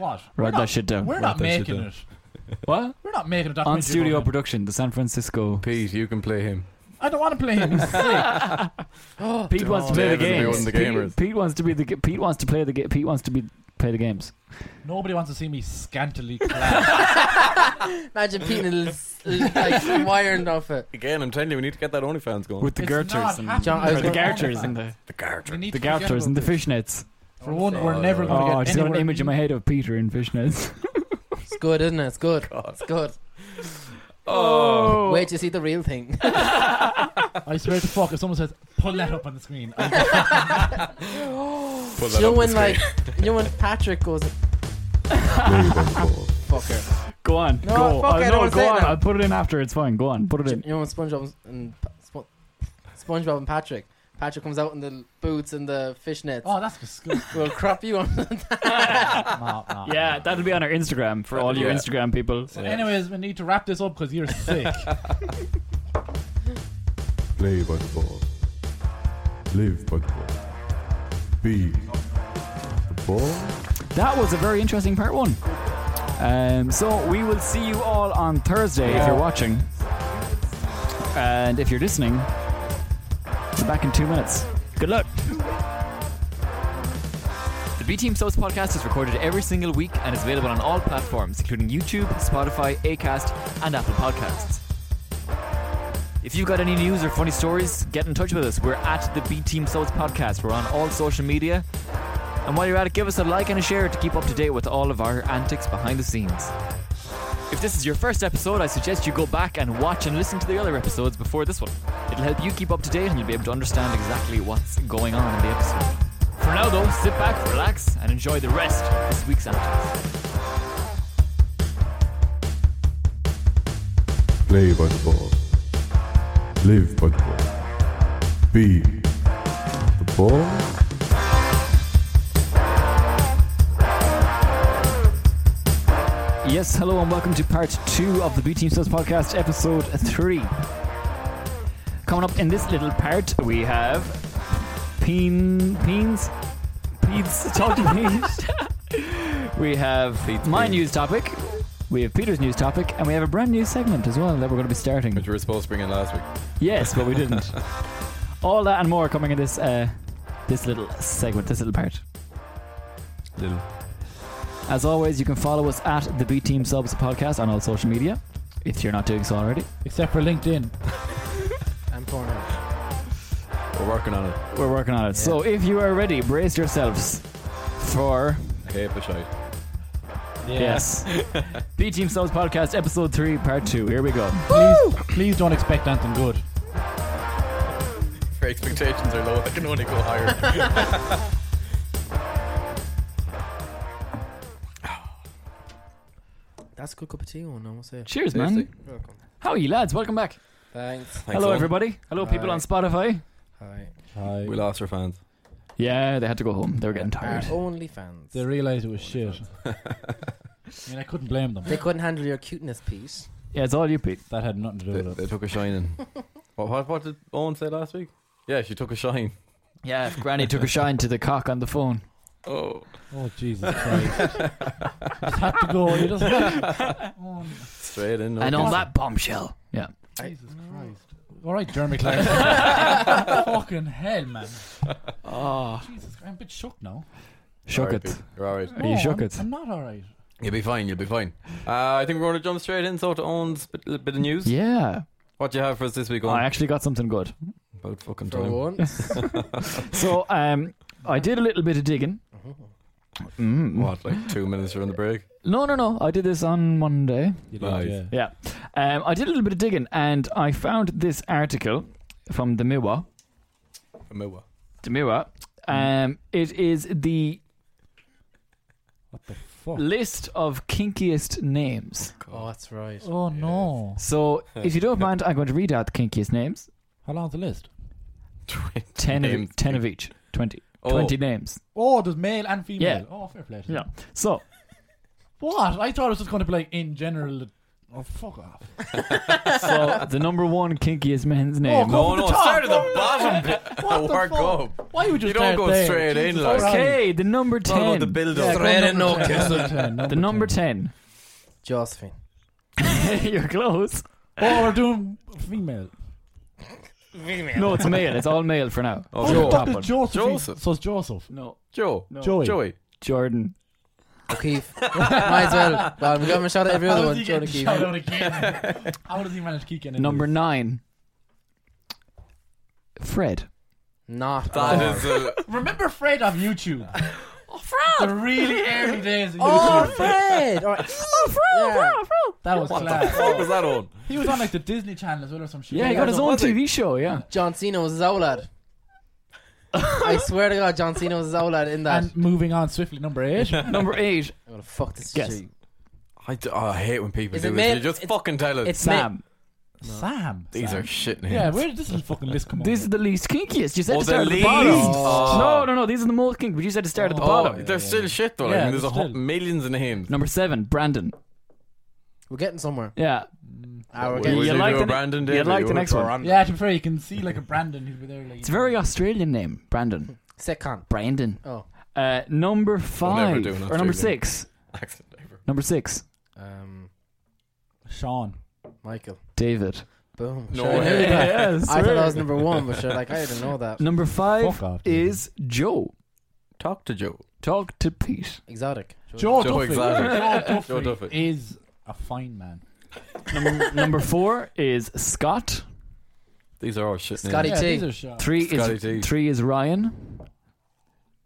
What?
Write
we're
that shit
not,
down.
we're
Write
not
that shit
making
down.
it.
What?
We're not making a documentary.
On studio
about him.
production, the San Francisco.
Pete, you can play him.
I don't want to play
[LAUGHS]
him. He's sick.
Pete wants to play the
David will be
games.
one of the gamers.
Pete, Pete wants to be the. ga- Pete wants to play the. ga- Pete wants to be play the games.
Nobody wants to see me
[LAUGHS]
scantily clad.
Imagine Pete in a little s- like wired off it.
Again, I'm telling you, we need to get that OnlyFans going.
With the
It's
garters
not
and
happening.
John- I
or the
was going-
garters and the
the character.
We need
the
to forget
garters and the
about this.
fishnets.
For one,
Oh,
we're never
no.
going
Oh,
to
I
get
just got an
anywhere
image in my head of Peter in [LAUGHS] fishnets.
It's good, isn't it? It's good. It's good.
Oh.
Wait to see the real thing.
I swear to fuck, if someone says, pull that up on the screen, I
Pull that
you know
up
when
the
like you know when Patrick goes
Play by the ball.
fucker.
Go on.
No,
go.
fuck, I don't wanna
go
say
on.
it now.
I'll put it in after. It's fine. Go on. Put it
Do
in.
you know when SpongeBob and- and Pa- Spo- SpongeBob and Patrick, Patrick comes out in the boots and the fishnets.
oh, that's
[LAUGHS]
disgusting.
We'll crap you on.
no, no,
Yeah,
no.
that'll be on our Instagram for all your
Yeah.
Instagram people.
So, anyways, we need to wrap this up because
[LAUGHS]
you're sick.
Play by the ball. Live by the ball. Be the ball.
That was a very interesting part one. Um, so we will see you all on Thursday if you're watching, and if you're listening, we're back in two minutes. Good luck. The B Team Subs podcast is recorded every single week and is available on all platforms, including YouTube, Spotify, Acast, and Apple Podcasts. If you've got any news or funny stories, get in touch with us. We're at the B Team Subs podcast. We're on all social media. And while you're at it, give us a like and a share to keep up to date with all of our antics behind the scenes. If this is your first episode, I suggest you go back and watch and listen to the other episodes before this one. It'll help you keep up to date and you'll be able to understand exactly what's going on in the episode. For now, though, sit back, relax, and enjoy the rest of this week's antics.
Play by the ball. Live by the ball. Be the ball.
Yes, hello and welcome to part two of the B Team Subs podcast, episode three. Coming up in this little part, we have Peen Peens Peens talking Peens. We have my news topic. We have Peter's news topic, and we have a brand new segment as well that we're going to be starting.
Which we were supposed to bring in last week.
Yes, but we didn't. All that and more coming in this uh, this little segment, this little part.
Little.
As always, you can follow us at the B Team Subs podcast on all social media, if you're not doing so already.
Except for LinkedIn.
I'm torn out.
We're working on it.
We're working on it. So if you are ready, brace yourselves for
I hate the shite.
yes, B Team Subs podcast episode three, part two. Here we go.
Please, please don't expect anything good.
If your expectations are low, they can only go higher.
That's a good cup of tea, one. I must say.
[LAUGHS] Cheers, man.
Welcome.
How are you, lads? Welcome back.
Thanks.
Hello, everybody. Hello, people
Hi.
on Spotify.
Hi.
We lost our fans.
Yeah, they had to go home. They were getting
Our
tired.
only fans.
They realised it
[LAUGHS]
was shit. I mean, I couldn't blame them.
They couldn't handle your cuteness piece.
Yeah, it's all you, Pete.
That had nothing to do
They,
with it.
they took a shine [LAUGHS] in. what, what, what did Owen say last week? Yeah, she took a shine.
Yeah, if Granny took a shine to the cock on the phone.
Oh.
Oh, Jesus Christ. just had to go. You just oh,
[LAUGHS] Straight in. no
and on
kissing.
that bombshell. Yeah.
Jesus Christ. [LAUGHS] All right,
[LAUGHS]
Jeremy Clarkson. Fucking hell, man.
Oh,
Jesus, I'm a bit shook now.
shook
Alright,
it.
Pete, You're alright.
Are you
No,
shook
I'm,
it?
I'm not all right.
You'll be fine. You'll be fine. Uh, I think we're going to jump straight in. So to Owen's bit, little bit of news.
Yeah.
What do you have for us this week, Owen?
I actually got something good.
About fucking
For
time.
once.
[LAUGHS]
So, um, I did a little bit of digging.
Oh,
Mm.
What, like two minutes during the break?
No, no, no. I did this on Monday.
You
Nice.
did,
Yeah. Um, I did a little bit of digging and I found this article from the Miwa.
From Moa.
The Miwa.
Mm.
Um, it is the
What the fuck?
list of kinkiest names.
[LAUGHS]
Oh, that's right.
Oh, no.
So, if you don't mind, I'm going to read out the kinkiest names.
How long's the list?
10
Names.
of, 10 of each. 20.
Oh.
20 names.
Oh, there's male and female.
Yeah.
Oh, fair play. to
Yeah.
them.
So,
What? I thought it was just going to be like in general. Oh, fuck
[LAUGHS]
off.
so the number one kinkiest men's name.
go
No,
from the
no,
top.
start at the bottom bit.
What the
Work
fuck?
up.
Why would you
You don't
start
go
there?
straight in,
Jesus
like.
Christ.
okay, the number
It's all
10.
about the build
Yeah,
up.
go
Straight in,
number
no
10,
kissing.
number 10,
the number 10.
Josephine.
[LAUGHS] You're close.
10. Oh, we're doing female.
No, it's male. It's all male for now.
[LAUGHS] Oh,
Oh,
Joe.
Joe. [LAUGHS]
one.
Joseph.
Joseph.
So it's Joseph.
No.
Joe.
Joey.
Joey.
Jordan.
O'Keefe. [LAUGHS] Might as well. Well, we got him a shot at every other
How
one.
does he
Joan
get
O'Keefe.
shout out again? How does he manage to keep getting
Number
nine.
nine. Fred.
Not
[LAUGHS] That
Orr.
is uh, a.
Remember Fred on YouTube? The really early days of
Oh,
[LAUGHS]
YouTube.
Fred! All right. Yeah.
That was
What the
class.
fuck was that on?
He was on like the Disney Channel as well or some shit.
Yeah, he got his own
was he?
TV show,
[LAUGHS]
yeah.
John Cena was his old lad. I swear to God, John Cena was his old lad in that.
And moving on swiftly, number eight.
Number eight.
I'm gonna fuck this
Guess.
shit.
I, d- oh, I hate when people
Is
do
it
this.
male?
you just
It's-
fucking tell us.
It's
Sam.
Sam.
Sam.
These
Sam.
are shit names.
Yeah, where did this little fucking list come
These are
from?
the least kinkiest. You said
Oh,
to
the
start at the
least.
bottom.
Oh.
No, no, no. These are the most kinky, but you said to start at the
Oh,
bottom.
They're still shit though.
Yeah,
I mean, there's a
they're
whole
still-
millions of names.
Number seven, Brandon.
We're getting somewhere.
Yeah.
Ah, we're
Would
getting
you
do
like
a
the-
Brandon
you
Daly?
like the
Would
next
you-
one.
Mm. Yeah, to be fair, you can see like a Brandon. He'll be there like.
It's a very Australian name, Brandon.
Second.
Brandon.
Oh.
Uh, number
never
five.
do an
or
Australian.
number six.
Accent driver.
Number six.
Um,
Sean.
Michael.
David.
Boom.
No
Sure,
Oh,
I, knew
way.
that.
Yes.
[LAUGHS] I thought I was number one, but sure, like I didn't know that.
Number five
Fuck off, dude.
is Joe.
Talk to Joe.
Talk to Pete.
Exotic. Sure.
Joe,
Joe
Duffy.
Exotic.
Joe Duffy.
Joe Duffy.
is a fine man.
Number, number four is Scott.
These are all shit
Scotty
names.
Yeah,
T.
these are shot.
Three
Scotty
is
T.
three is Ryan.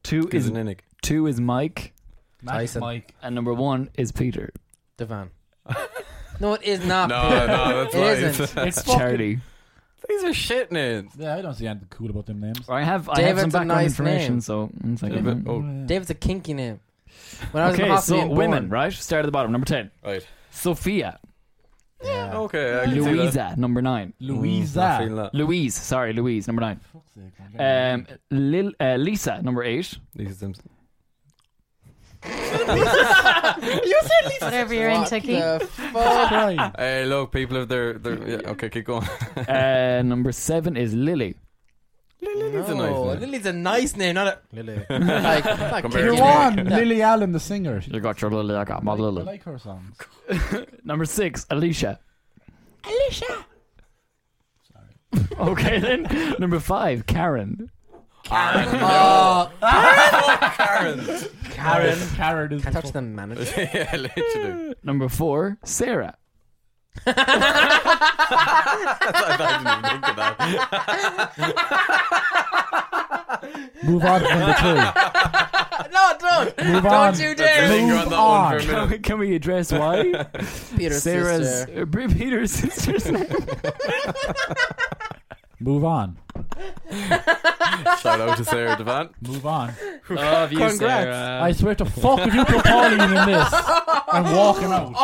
Two
Is
is
an innic.
two is Mike,
Max
Tyson.
[LAUGHS]
Mike.
and number one is Peter.
Devan.
[LAUGHS]
no, it is not.
No,
[LAUGHS]
no, that's
It
right.
isn't.
It's
fucking-
Uh, charity.
These are shit names.
Yeah, I don't see anything cool about them names.
I have I have some
David's a
background
nice
information,
name.
so one second.
David- oh,
David's a kinky name. When I was in
Okay,
hospital
so
being
women,
born-
right? Start at the bottom. Number ten,
right.
Sophia,
Yeah.
Okay. I can see that.
Louisa, number nine,
Mm,
Louisa.
not feeling that.
Louise. Sorry, Louise, number nine.
Fuck's sake, I'm getting-
Um, Lil, uh, Lisa, number eight,
Lisa Simpson.
Whatever you're into, Keith.
The fuck?
Crying.
Hey, look, people if they're they're yeah, okay, keep going.
Uh, number seven is Lily.
[LAUGHS] Lily's a nice
No,
name.
Lily's a nice name, not a [LAUGHS]
[LAUGHS]
Lily. like, not
Compared
You're
to-
Lily.
on
Yeah.
Lily Allen, the singer.
You got your Lily, I got my
I like- I
Lily.
like her songs.
Number six, Alicia. Alicia. okay then. Number five, Karen.
[LAUGHS]
Oh,
[LAUGHS] Karen. [LAUGHS]
Karen.
Uh, ah, Karen is.
Can't touch the manager.
yeah, literally.
Number four, Sarah.
I didn't even think of that.
Move on to number two.
no, don't.
Move
don't
on.
you
Let's
dare.
linger on
Move
that one for a
Can
minute.
we, can we address why?
Peter's
Sarah's
sister.
uh, Peter's sister's name.
Move on.
[LAUGHS] Shout out to Sarah Devan.
Move on.
Love you,
Congrats.
I swear to fuck if you put Pauline in this. I'm walking out.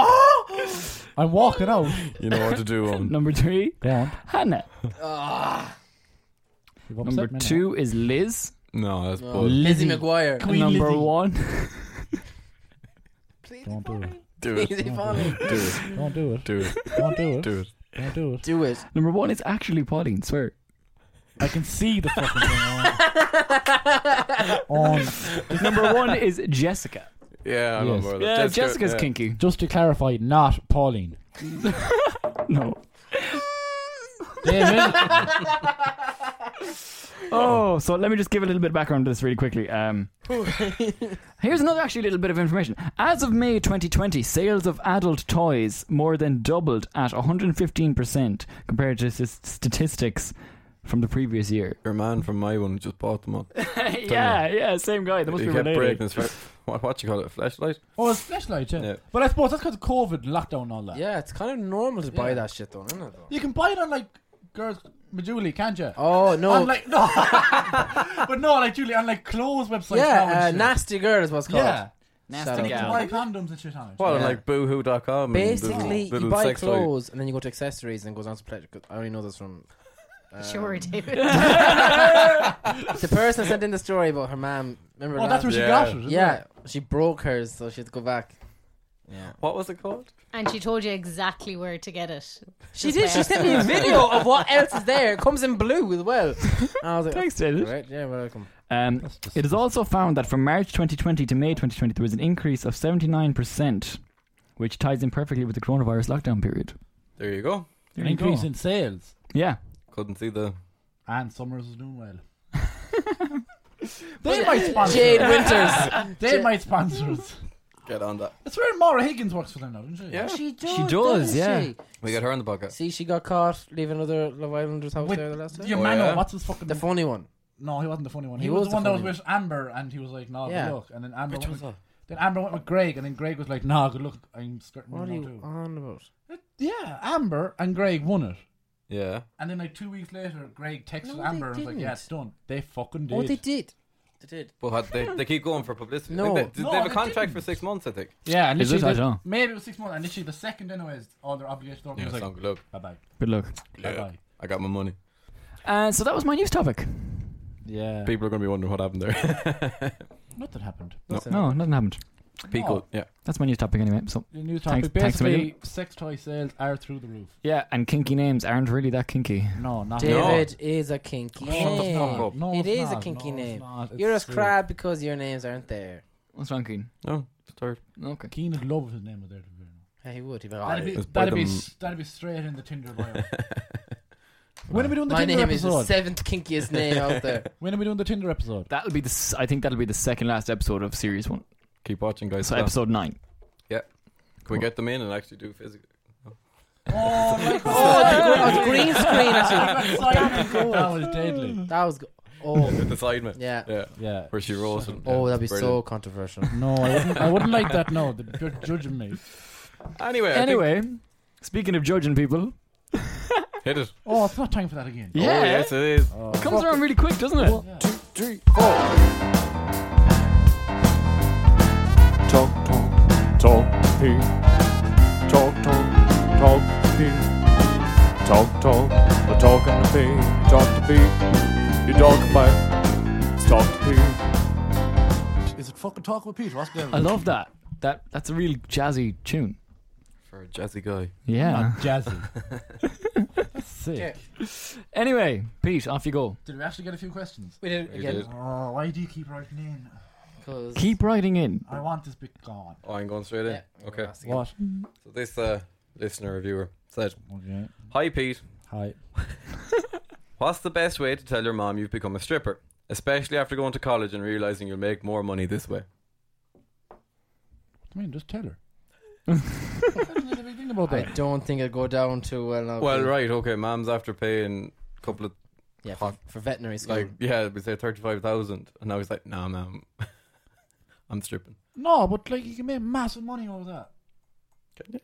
I'm walking out.
You know what to do. Um,
Number three,
Go on.
Hannah.
You've upset
Number
me now.
two is Liz.
no, that's
Oh,
bull.
Lizzie McGuire.
Queen
Number
Lizzie.
one, [LAUGHS]
Please
Don't do it.
Do [LAUGHS] it.
[LAUGHS] Easy funny.
Do it.
Don't do it.
Do it.
Don't do it.
Do it.
Don't do it.
Do it.
number one is actually Pauline. Swear.
I can see the fucking thing
[LAUGHS]
on. on.
Number one is Jessica.
Yeah, I
Yes.
remember that.
Yeah,
Jessica-
Jessica's
yeah.
kinky.
Just to clarify, not Pauline.
No.
[LAUGHS] David,
Oh, so let me just give a little bit of background to this really quickly. [LAUGHS] Um, here's another actually little bit of information. As of May 2020, sales of adult toys more than doubled at 115% compared to s- statistics from the previous year.
Your man from my one just bought them up.
[LAUGHS] yeah, yeah, same guy. They must
He
be
kept breaking
related.
his fle- what, what you call it, a flashlight?
oh, it's flashlight, yeah.
Yeah.
But I suppose that's because of COVID, and lockdown, and all that.
Yeah, it's kind of normal to buy
Yeah.
that shit though, isn't it? Though?
You can buy it on like girls, Majuli, can't you?
Oh no.
On like [LAUGHS] no, but no, like Julie, on like clothes websites. now and
yeah, uh,
shit.
nasty girl is what's called.
Yeah.
Nasty
You
girl.
can buy condoms and shit on it.
Well,
Yeah.
like boohoo.com.
Basically,
and little,
you
little
buy
sex toy.
clothes and then you go to accessories and it goes on to pleasure. 'cause I only know this from. um,
[LAUGHS] Sure, David.
The person sent in the story about her mom. Remember?
Oh, that's where
last-
she
Yeah.
got it. isn't
Yeah,
it?
she broke hers, so she had to go back. Yeah.
What was it called?
And she told you exactly where to get it.
She
Just
did. She
there.
sent me a video of what else is there. It comes in blue
[LAUGHS]
as well. And I was like,
Thanks, David.
Right, yeah, welcome.
Um, it is also found that from March 2020 to May 2020, there was an increase of 79%, which ties in perfectly with the coronavirus lockdown period.
There you go.
There
An
you go.
increase in sales.
Yeah.
Couldn't see the.
And Summers is doing
[LAUGHS]
well. they might sponsor.
Jade
us.
Winters.
They might sponsor us.
Get on that.
That's where Maura Higgins works for them now, doesn't [LAUGHS] she?
Yeah.
She does.
does,
doesn't
yeah.
she?
We got her on the podcast.
See, she got caught leaving another Love Islanders house
With
there the last time.
Your
Oh,
man,
yeah.
what's his fucking
The funny one.
No, he wasn't the funny one. He,
He
was,
was
the
the
one that was
funny
with Amber, and he was like, "No,
Yeah.
good luck." And then Amber went with, then Amber went with Greg, and then Greg was like, "No, good luck. I'm skirting
What
now
are you
too."
on about?
Yeah, Amber and Greg won it,
Yeah.
and then like two weeks later, Greg texted
No, they
Amber and was like,
didn't.
"Yeah, it's done. They fucking did."
Oh, they did. They did.
But had they, they keep going for publicity.
No.
They, they,
No,
they have a
they
contract for
didn't.
six months, I think.
Yeah, and
Is
literally
it? I
the-
don't
Maybe it was six months, and literally the second anyways, all their obligations.
Yeah,
Yeah, was
so
like,
good luck.
"Bye bye,
Good luck.
bye
Yeah.
bye."
I got my money.
Uh, so that was my news topic.
Yeah,
People are going to be wondering what happened there. [LAUGHS]
nothing happened.
No, nothing happened.
Pico.
Oh.
Yeah.
That's my news topic anyway. So
The new
Thanks-
topic.
thanks a
Basically, sex toy sales are through the roof.
yeah, and kinky names aren't really that kinky.
No, not
David is a kinky
No,
Shut the
name.
fuck up.
No,
It
it's
is a
not.
kinky
No, it's
name.
not. It's
You're as
true.
crap because your names aren't there.
What's wrong, Keen?
No. Sorry.
Okay.
Keen in love with his name was there. to be fair.
Yeah, he would. He'd be like, "Oh,
That'd be,
Just buy
that'd, be,
them-
s- that'd be straight in the
[LAUGHS]
Tinder bio. when are we doing the
My
Tinder
name is the
episode?
seventh kinkiest name out there.
when are we doing the Tinder
[LAUGHS]
episode?
That'll be the. s- I think that'll be the second last episode of series one.
Keep watching, guys.
So
Stop.
episode nine.
Can we get them in and actually do physical?
Oh, my
Oh, the, gr- oh, the green screen. Actually.
[LAUGHS] that was deadly.
That was. Go-
[LAUGHS]
oh,
With the sideman.
yeah.
Yeah.
Yeah.
Where she rolls. And,
Oh,
yeah,
that'd be
brilliant.
so controversial.
No, I wouldn't, I wouldn't like that. No, that you're judging me.
Anyway, anyway.
Anyway, speaking of judging people,
hit it.
Oh, it's not time for that again.
Oh,
Oh,
yeah,
Oh, yes, it is.
it comes around really quick, doesn't it?
Yeah.
Talk, talk, talk, pig. Talk, talk, talk, pig. Talk, talk, a talking to pig. Talk to pig. You talk about. It's talk to pig.
Is it
fucking talking with Peter. What's going
I
on?
love that. That that's a real jazzy tune.
for a jazzy guy.
Yeah.
Not jazzy.
Ah, [LAUGHS]
That's Sick.
Yeah.
Anyway, Pete, off you go.
Did we actually get a few questions?
We did it
You
again.
did.
Oh, why do you keep writing in?
'cause-
Keep writing [LAUGHS] in.
I want this bit gone.
Oh, I'm going straight in.
Yeah, we're
okay.
asking.
What?
So this uh, listener reviewer said,
Okay.
"Hi Pete,
Hi.
what's the best way to tell your mom you've become a stripper, especially after going to college and realizing you'll make more money this way?"
I mean, just [LAUGHS] tell her. There's a big thing about
[LAUGHS] I
that.
don't think it'd go down too well. now,
Well,
Pete.
right, okay, mom's after paying a couple of
Yeah, for, for veterinary school.
like, yeah, we say thirty-five thousand, and now he's like, "Nah, mom, [LAUGHS] I'm stripping."
No, but like you can make massive money over that. Yeah.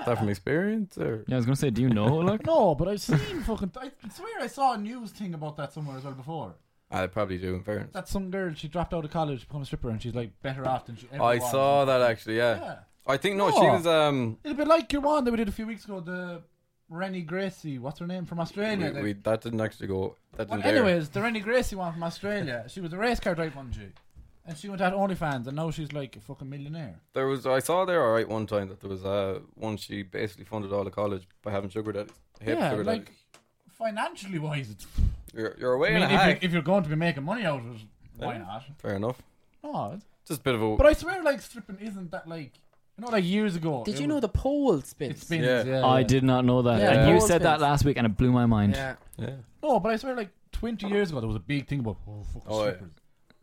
Is
[LAUGHS]
that from experience or?
Yeah, I was gonna say, do you know? Like,
No, but I've seen fucking. I swear I saw a news thing about that somewhere as well before.
I probably do, in fairness.
That some girl she dropped out of college, become a stripper, and she's like better off than she ever
I
was.
saw that actually, yeah.
Yeah,
I think no, she
Oh.
was um
it'd be like your one that we did a few weeks ago. The Rennie Gracie, what's her name from Australia?
we,
that-
we, that didn't actually go that
well,
didn't air.
anyways, the Rennie Gracie one from Australia. she was a race car driver, wasn't she? And she went out OnlyFans, and now she's like a fucking millionaire.
There was I saw there all right one time that there was uh one she basically funded all the college by having sugar daddies. Hip
yeah,
sugar
like
daddies.
financially wise, it's.
You're, you're away
I
and
mean,
a
if, you,
half.
if you're going to be making money out of it, why
Yeah.
not?
Fair enough.
No, it's-
Just a bit of a
But I swear, like stripping isn't that like you know, like years ago.
Did
it
you know
was-
the pole
it
spins?
spins?
Yeah.
Yeah.
I
yeah.
did not know that.
Yeah,
and you
Paul
said that
Spence.
last week, and it blew my mind.
Yeah.
yeah.
No, but I swear, like twenty years ago, there was a big thing about oh, fucking
Oh, yeah.
strippers.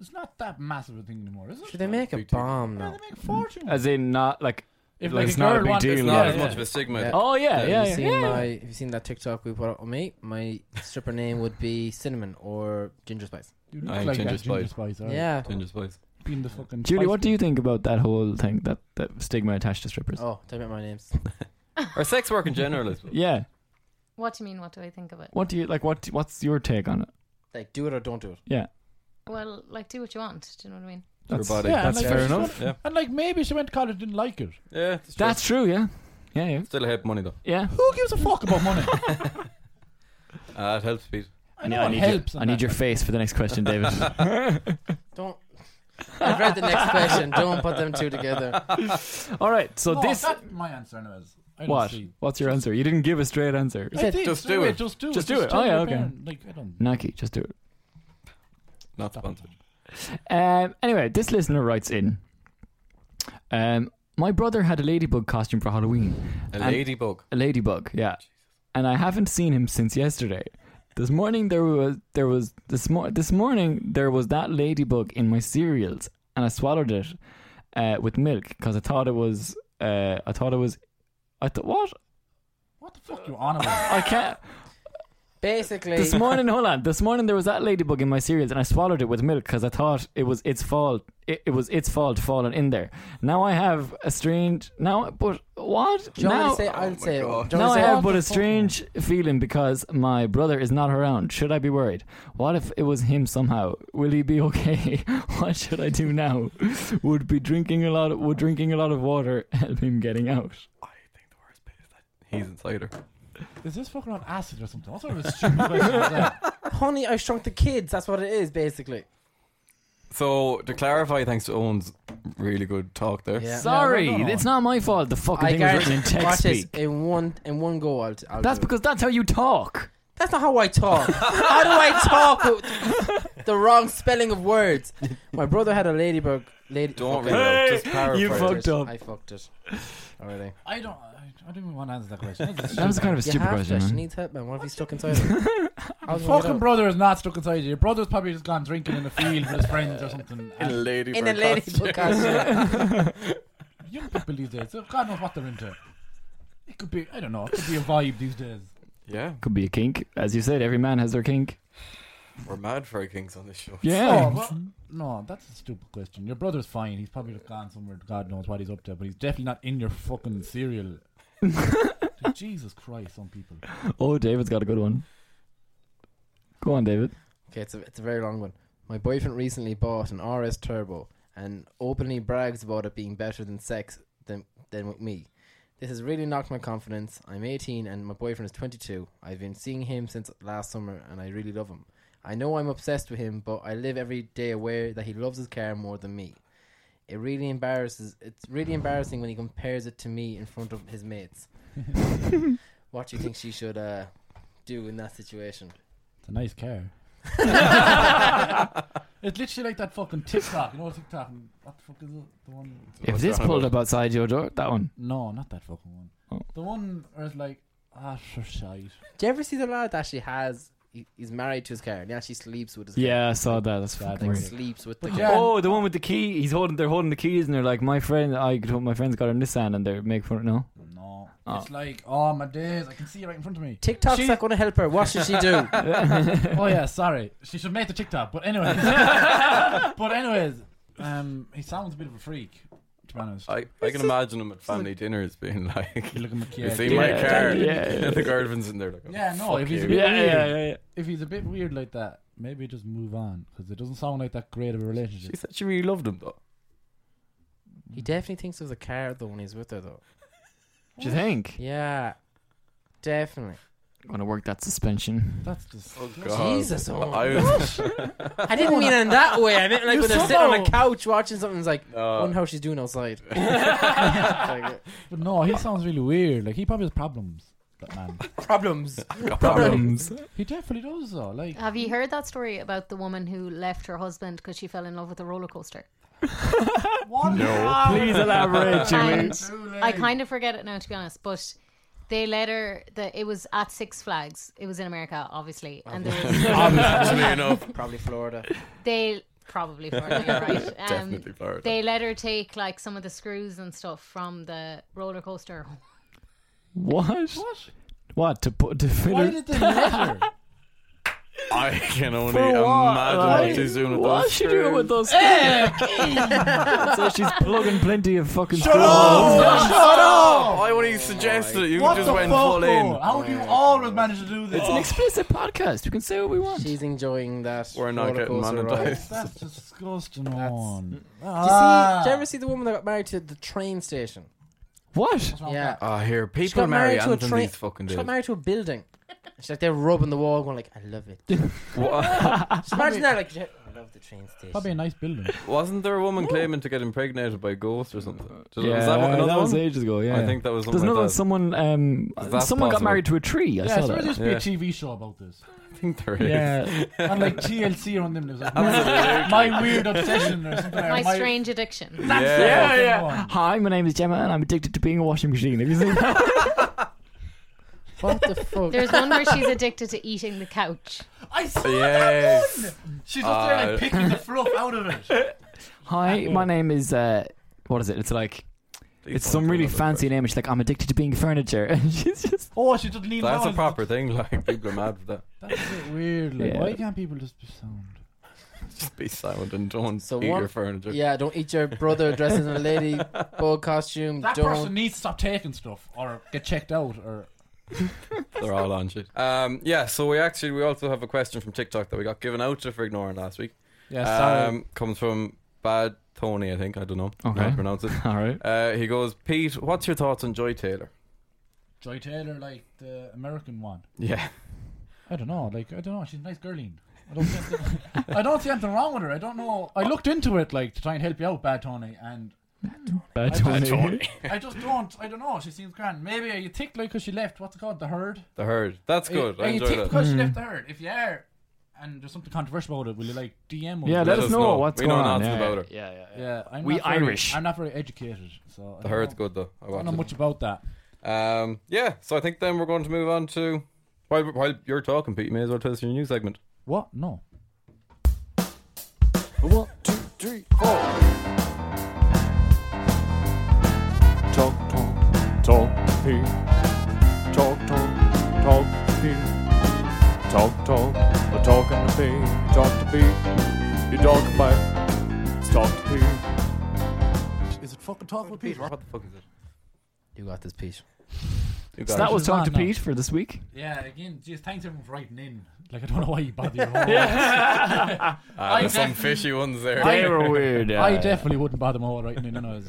It's not that massive a thing anymore, is it?
Should they make a
Big team.
bomb
yeah,
now?
they make a fortune.
As in, not like.
if
like,
like
it's
a
not a
girl
big
wanted-
deal,
It's
yeah,
not
yeah,
as much of a stigma.
Yeah.
Oh yeah,
Have
yeah,
Uh, Have you
yeah.
seen
yeah.
my? Have you seen that TikTok we put up with me? My stripper name would be cinnamon or ginger spice.
You look
I
like
ginger
that ginger
spice.
spice. alright.
Yeah.
Ginger spice.
Being the fucking
Julie,
spice
what do you think about that whole thing that, that stigma attached to strippers?
Oh, tell me about my names.
Or sex work in general, I
[LAUGHS]
suppose.
Yeah.
What do you mean? What do I think of it?
What do you like? What What's your take on it?
Like, do it or don't do it.
Yeah.
Well, like, do what you want. Do you know what I mean?
That's,
body.
Yeah,
that's
and, like,
fair
she's
enough.
got-
Yeah.
And like maybe she went to college didn't like it.
Yeah, it's true.
That's true. Yeah. Yeah. Yeah.
still a hip money though.
Yeah.
Who gives a fuck about money?
Uh, it helps Pete.
I know
I
it
need,
helps.
your,
and
I need
that.
your face for the next question, David.
Don't. I've read the next question. Don't put them two together.
[LAUGHS] All right. So
No,
this.
that's my answer now is I don't
What?
see.
What's your answer? You didn't give a straight answer.
I did,
just do it.
Just do it.
Just do it.
tell
Oh, yeah,
your
okay.
parent, Like I don't.
Nike, just do it.
Not sponsored.
Um, anyway, this listener writes in. Um, my brother had a ladybug costume for Halloween.
A
And-
ladybug.
A ladybug, yeah. And I haven't seen him since yesterday. This morning there was there was this mor- this morning there was that ladybug in my cereals, and I swallowed it uh, with milk because I thought it was uh, I thought it was I thought what
What the fuck you on
[LAUGHS]
about?
I can't.
Basically,
This morning, hold on. This morning there was that ladybug in my cereals, and I swallowed it with milk because I thought it was its fault. It, it was its fault falling in there. Now I have a strange. Now, but what?
do you want me
now,
to say? I'll say. it. Do you want me to
now I
say "Oh, it?
have but a strange feeling because my brother is not around. Should I be worried? What if it was him somehow? Will he be okay? [LAUGHS] what should I do now? would be drinking a lot. Would drinking a lot of water help him getting out?
He's inside her.
Is this fucking on acid or something? What sort of a stupid question is that?
Honey, I shrunk the kids. That's what it is, basically.
So to clarify, thanks to Owen's really good talk there.
Yeah.
Sorry,
no, no.
it's not my fault. The fucking thing was written in
guarantee-
text
Watch this.
speak.
In one, in one go, I'll. I'll
That's
do it.
because that's how you talk.
That's not how I talk. how do I talk with the wrong spelling of words? My brother had a ladybug. Lady,
Don't
fuck
read it
it.
out, just paraphrase.
you fucked
it.
up.
I fucked it. Already.
[LAUGHS] I don't. I, I don't even want to answer that question. That's
That was
stupid.
kind of a stupid
you have
question.
To. She
man.
needs help, man. What if he's stuck inside her? How's he gonna get
Fucking
out?
brother is not stuck inside you. Your brother's probably just gone drinking in the field with his friends
[LAUGHS]
or something.
In a
And
ladybug.
In a
costume.
ladybug costume.
young people these days, so God knows what they're into. It could be, I don't know, it could be a vibe these days.
Yeah,
Could be a kink, as you said. Every man has their kink.
we're mad for kings on this show.
Yeah.
Oh, well, no, that's a stupid question. Your brother's fine. He's probably just gone somewhere. God knows what he's up to, but he's definitely not in your
[LAUGHS]
fucking cereal. Like, Jesus Christ, some people.
Oh, David's got a good one. Go on, David.
okay, it's a, it's a very long one. My boyfriend recently bought an RS Turbo and openly brags about it being better than sex than than with me. This has really knocked my confidence. I'm 18 and my boyfriend is 22. I've been seeing him since last summer and I really love him. I know I'm obsessed with him, but I live every day aware that he loves his car more than me. It really embarrasses. It's really embarrassing when he compares it to me in front of his mates. what do you think she should uh, do in that situation?
It's a nice car.
[LAUGHS]
it's literally like that fucking TikTok. You know TikTok? What the fuck is it? The one?
If this pulled up outside your door, that one.
No, not that fucking one.
Oh.
The one where it's like, ah, for shite.
Do you ever see the lad that she has? He, he's married to his car and he actually sleeps with his car.
Yeah, I saw that. That's
Bad
fucking
Like
Right.
weird.
sleeps with the
But
car.
yeah,
Oh, the one with the key. He's holding. They're holding the keys, and they're like, "My friend, I told my friends got a Nissan, and they're make fun.
[LAUGHS]
No, [LAUGHS]
No.
Oh.
It's like, oh my days, I can see it right in front
[LAUGHS]
of me.
TikTok's
She-
not going to help her. What should she [LAUGHS] do?
oh yeah, sorry. She should make the TikTok.
[LAUGHS]
But anyways, but anyways, um, he sounds a bit of a freak, to be honest.
I, I can imagine him at family dinners being [LAUGHS] like,
you look at my kid.
"You see
yeah,
my
yeah,
car?"
yeah, yeah.
and [LAUGHS] the girlfriend's in there like, oh,
Yeah, no.
fuck
If he's, a
you.
bit
Yeah,
weird,
yeah, yeah, yeah.
if he's a bit weird like that, maybe just move on because it doesn't sound like that great of a
She
relationship.
said she really loved him though.
he definitely thinks of the car though when he's with her though.
do you think?
Yeah, definitely.
Gonna work that suspension.
That's just.
Oh god.
Jesus, oh.
I was, [LAUGHS]
I didn't mean it in that way. I meant like
You
when they're sitting on a
somehow-
couch watching something. It's like, I
no.
wonder how she's
[LAUGHS]
doing outside. Like,
But no, he sounds really weird. Like he probably has problems. That man.
problems.
Problems.
he definitely does though. Like
Have you heard that story about the woman who left her husband because she fell in love with a roller coaster?
what?
No.
Ah, Please elaborate, Julie.
And I kind of forget it now, to be honest. But they let her. The, it was at Six Flags. It was in America, obviously, and there was
Obviously enough,
Probably Florida.
[LAUGHS] they probably for it,
[LAUGHS]
you're right. Um,
definitely Florida.
They let her take like some of the screws and stuff from the roller coaster.
[LAUGHS] What?
What?
What to put to fill
Why
it?
did they
[LAUGHS]
let her?
I can only
For
imagine
what?
what
Like,
she's doing with
What
those
she doing with
screws.
those? [LAUGHS]
[LAUGHS]
so she's plugging plenty of fucking
Shut
screws.
up! Shut up!
Why would he suggest it? You
What
just
the
went
fuck,
full in.
though? How do you always manage to do this?
It's an explicit podcast. We can say what we want.
She's enjoying that.
We're not
roller
getting
coaster ride.
monetized.
That's disgusting.
That's-
man.
Did you,
Ah.
see, did you ever see the woman that got married to the train station?
What?
What's wrong with
Yeah.
that?
Ah, here
She got
people
married
marry
to a
Anthony's
train-
fucking
She
days.
got married to a building. She's like, they're rubbing the wall, going like, I love it. Just
[LAUGHS]
Wa-
imagine that, like, I love the train station.
Probably a nice building.
[LAUGHS] Wasn't there a woman claiming to get impregnated by a ghost or something? Did-
yeah,
was that one, another
that was
one?
ages ago. Yeah,
I think that was
there's
something
another one.
like that.
Someone, um,
Is that
someone got
possible?
married to a tree. I
yeah,
saw
so there
that.
used to be a TV show about this.
I think there is.
[LAUGHS]
Yeah,
And like TLC or on them. There was like, my, my weird obsession or something.
My
or my
strange addiction.
Yeah.
Yeah, yeah.
[LAUGHS] Hi, my name is Gemma, and I'm addicted to being a washing machine. Have you seen that?
What the
[LAUGHS]
fuck?
There's one where she's addicted to eating the couch.
I saw
Yes.
that one. She's just there
Uh,
like picking
[LAUGHS]
the fluff out of it.
Hi, my name is. Uh, what is it? It's like
Please
it's
don't
some
do
really
another
fancy name. and She's like, I'm addicted to being furniture, [LAUGHS] and she's just.
Oh, she just leans
question. That's
down
a
and-
proper thing. Like people are mad for that.
That's a bit weird. Like,
Yeah.
why can't people just be sound?
Just be silent and don't
So
eat
one-
your furniture.
Yeah, don't eat your brother dressed in
[LAUGHS]
a lady bug costume.
That
don't.
person needs to stop taking stuff or get checked out or.
They're all on shit. Um, yeah. So we actually we also have a question from TikTok that we got given out to for ignoring last week.
Yeah, sorry.
Um, comes from Bad Tony, I think. I don't know
Okay.
how to pronounce it.
All right.
Uh, he goes, Pete, what's your thoughts on Joy Taylor?
Joy Taylor, like the American one.
Yeah.
I don't know. Like I don't know. She's a nice girlie. I don't, see anything, [LAUGHS] I don't see anything wrong with her. I don't know. I looked into it like to try and help you out, Bad Tony, and
Bad
Bad
Tony.
I just don't. I don't know. She seems grand. Maybe you tick like because she left. What's it called? The herd.
The herd. That's good.
Are
I
you
enjoy
tick
that.
Hmm.
because she left the herd. If you are, and there's something controversial about it, will you like DM?
[LAUGHS]
us?
Yeah, let, us know, what's
we
going
know
on.
nothing
yeah.
about her.
yeah, yeah, yeah.
Yeah, I'm
We
not very-
Irish.
I'm not very educated, so I
The
don't
herd's
know-
good though. I
I don't know
watched
much about that.
it. Um, yeah. So I think then we're going to move on to while, while you're talking, Pete. You may as well tell us your new segment.
What? No.
One, two, three, four. Talk, talk, talk, here. Talk, talk, talk, here. Talk, talk, we're talking to Pete. Talk to Pete. You talk about it's talk to Pete.
Is it fucking talk with
Pete, what the fuck is it?
You got
[LAUGHS]
this, Pete.
You got
So
it.
that was
She's
talk to
on now.
Pete for this week.
Yeah, again, geez, thanks everyone for writing in. Like, I don't know why
[LAUGHS]
you bother. your whole-
Ah,
I
there's some
definitely-
fishy ones there. [LAUGHS]
They were weird.
[LAUGHS] I
yeah.
definitely [LAUGHS] wouldn't bother my whole writing in, anyways.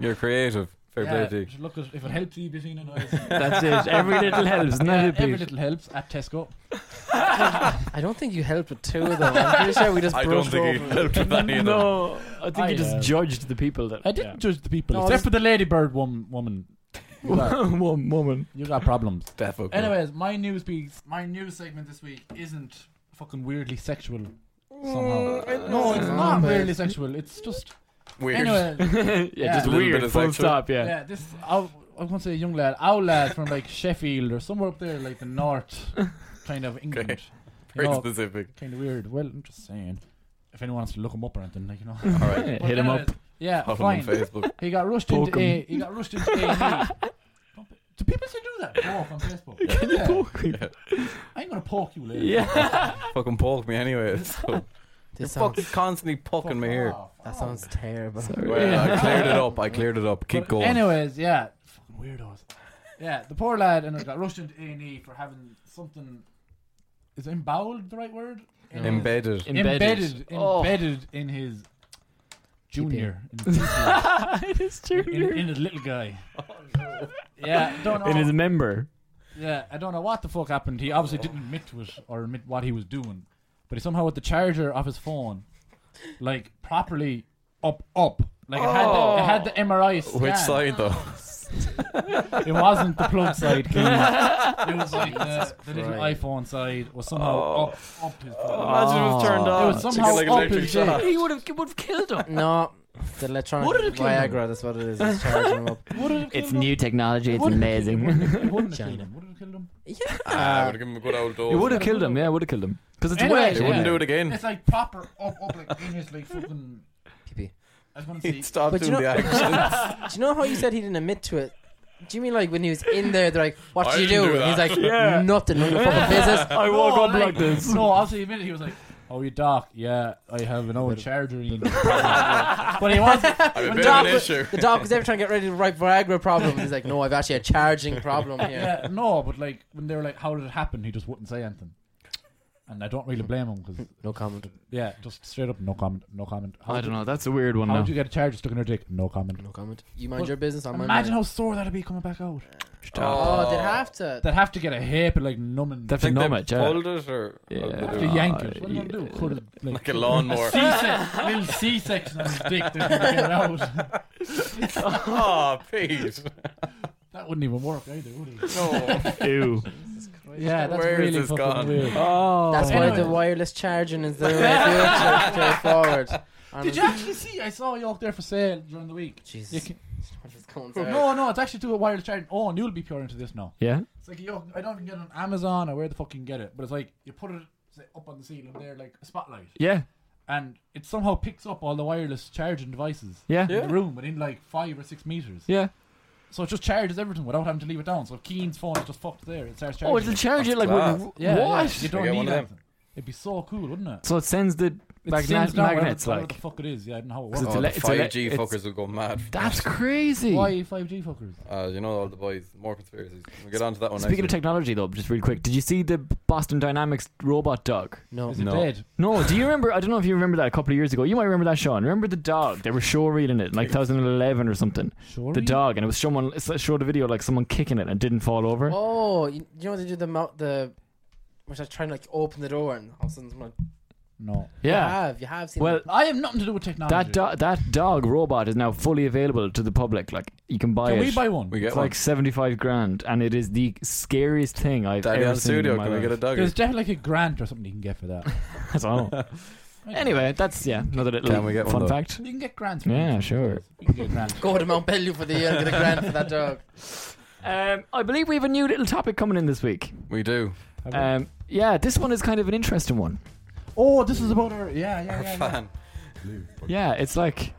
You're creative. Fair
Yeah,
play to you.
just look at if it helps you between and
[LAUGHS] That's it. Every little helps. isn't
yeah,
it, Pete?
every little helps at Tesco.
I don't think you helped with two of them. I'm pretty sure we just
I don't
brushed
think he
over.
helped with any of them.
No. I think
I,
you just
uh,
judged the people that.
I didn't judge the people,
No,
except
this-
for the ladybird woman. Woman,
Yeah.
[LAUGHS]
One [LAUGHS] woman. [LAUGHS]
you got problems.
Defo.
Anyways, my news piece, my news segment this week isn't fucking weirdly sexual. Somehow. no, Mm, it's not weirdly sexual. It's just
Mm, Weird.
anyway.
yeah,
Yeah.
just
A little
bit
weird.
of
Full
sexual.
stop. Yeah.
Yeah, this I'll, I want to say a young lad, our lad from like Sheffield or somewhere up there, like the north, kind of England.
Okay.
You
Very
know,
specific.
kind of weird. Well, I'm just saying, if anyone wants to look him up or anything, like
[LAUGHS]
you know.
All right.
Yeah, Hit him up.
But Yeah,
Follow him on
[LAUGHS] fine.
Facebook.
He got rushed
Poke
into
him.
A. He got rushed
[LAUGHS]
into A. Do people still do that? Poke on Facebook.
Can you
Yeah.
poke me?
I'm gonna poke you later.
Yeah. [LAUGHS]
Fucking poke me anyway. [LAUGHS] So
[LAUGHS]
This
fucking
sounds,
constantly poking me here.
off.
that sounds terrible.
Well, I cleared it up. I cleared it up. Keep
But
going.
Anyways, yeah, fucking weirdos. Yeah, the poor lad and got rushed into A and E for having something. Is emboweled the right word? In his-
Embedded.
embedded, embedded,
Oh.
[LAUGHS] in his junior, in, his
it is
PP, in,
junior.
in his little
[LAUGHS]
guy. Yeah, I don't know.
In his member.
Yeah, I don't know what the fuck happened. He obviously didn't admit to it or admit what he was doing, but he somehow with the charger of his phone, like properly up up. Like it, had
Oh.
the, it had the MRI scan.
Which side though?
It wasn't the plug
[LAUGHS]
side. Keane. it was like the, the little iPhone side was somehow
Oh.
up up his. phone.
Imagine Ah. it was turned
It
on.
was somehow
like an
up
electric
his
shock.
dick.
He would have would have killed him.
No, the electronic
What did it kill him?
Viagra. That's what it is. It's charging him up.
Would it have
It's [LAUGHS]
killed him?
new technology. It's
Would it have killed him?
amazing.
It wouldn't have killed him. Would it have killed him?
Ah, I would have given him a good old dose.
[LAUGHS] It would have killed him. Yeah, it would have killed him. Because it's
Anyway,
wet.
They
Yeah.
wouldn't do it again.
[LAUGHS] It's like proper up up like in his like fucking.
Pee-pee.
[LAUGHS]
I just want to see.
He'd stop
But
doing
you
the
[LAUGHS] know-
action.
Do you know how you said he didn't admit to it? Do you mean like when he was in there, they're like, "What
I
did you
didn't
do?"
do
and he's
that.
like,
Yeah.
"Nothing, none of your
[LAUGHS]
fucking business."
I walk
No,
up like this.
No, obviously, he admitted he was like, "Oh, you doc? Yeah, I have an old charger." in [LAUGHS] but he
I'm a
was
The
bit of
doc,
an
was,
issue.
the doc was ever trying to get ready to write Viagra problem. He's like, "No, I've actually a charging problem here."
yeah, no, but like when they were like, "How did it happen?" He just wouldn't say anything, and I don't really blame him because
No comment.
yeah, just straight up, no comment, no comment. How
I
did-
don't know. That's a weird one.
How
now.
did you get a charger stuck in her dick? No comment.
No comment. You mind
Well,
your business. I mind
Imagine
mine.
how sore that'd be coming back out.
Oh, they'd have to.
They'd have to get a hip and like numbing.
They have to
Think
numb
they
it, yeah.
pulled it or
They'd
Yeah.
have to yank it. What
Yeah.
yeah. do? Cut it, like,
like a [LAUGHS] lawnmower.
C-section, little C-section on his dick. They'd have to get it out.
oh, [LAUGHS] Pete.
That wouldn't even work either, would it?
No.
[LAUGHS] [LAUGHS] Ew.
[LAUGHS] Yeah, that's
Where is
really
this
fucking
gone? [LAUGHS]
weird.
Oh.
That's why the
Anyway.
wireless
[LAUGHS]
charging is the way future forward.
Did you actually see? I saw York there for sale during the week. You
Jesus.
can-
It's going to-
Uh,
no, no, it's actually to a wireless charging. Oh, and you'll be pure into this now.
Yeah.
It's like York. I don't even get it on Amazon or where the fuck you can get it, but it's like you put it say, up on the ceiling there, like a spotlight,
Yeah.
and it somehow picks up all the wireless charging devices
Yeah.
in the room within like five or six meters.
Yeah.
So it just charges everything without having to leave it down. So if Keen's phone is just fucked there, it starts charging.
Oh, it'll charge it like
class.
with-
yeah,
what?
Yeah, you
I get
don't
one
need
of them.
anything. It'd be so cool, wouldn't it?
So it sends the
It
magna-
sends down whatever-
magnets
whatever
like.
the fuck it is. Yeah, I don't know how it
Is
works.
it
Oh,
a
the
le- it's a le-
5G
it's-
fuckers will go mad.
That's crazy.
Why five G fuckers?
Uh, you know all the boys, more conspiracies. We'll get on to that one
Speaking of
next week.
technology, though, just really quick, did you see the Boston Dynamics robot dog?
No.
Is it
No.
dead?
No, do you remember? I don't know if you remember that a couple of years ago. You might remember that, Sean. Remember the dog? They were showreeling it, like 2011 or something.
Oh,
Sure.
The dog, and it was someone it showed a video like someone kicking it and it didn't fall over.
Oh, you, you know when they do the mouth the. Which I try and like open the door and all of a sudden someone-
No.
You
yeah.
have you have seen?
Well,
I have nothing to do with technology.
that do- that dog robot is now fully available to the public. Like you can buy
Can
it.
we buy one?
We
it's
get one.
like 75 grand, and it is the scariest thing I've
Daddy
ever
on
seen.
studio,
in my
can we
life.
get a doggy?
There's definitely like a grant or something you can get
[LAUGHS]
for that.
[LAUGHS] I don't know. Anyway, that's yeah, another little
Can we get
fun
one, though?
fact.
you can get grants. For
Yeah,
these
sure.
things. You can get grants.
Go to Mount Bellew for the year and get a grand for that dog.
Um, I believe we have a new little topic coming in this week.
We do. Uh,
Um, yeah, this one is kind of an interesting one.
oh, this is about our yeah yeah
Our
yeah.
[LAUGHS]
yeah.
fan.
Yeah, it's like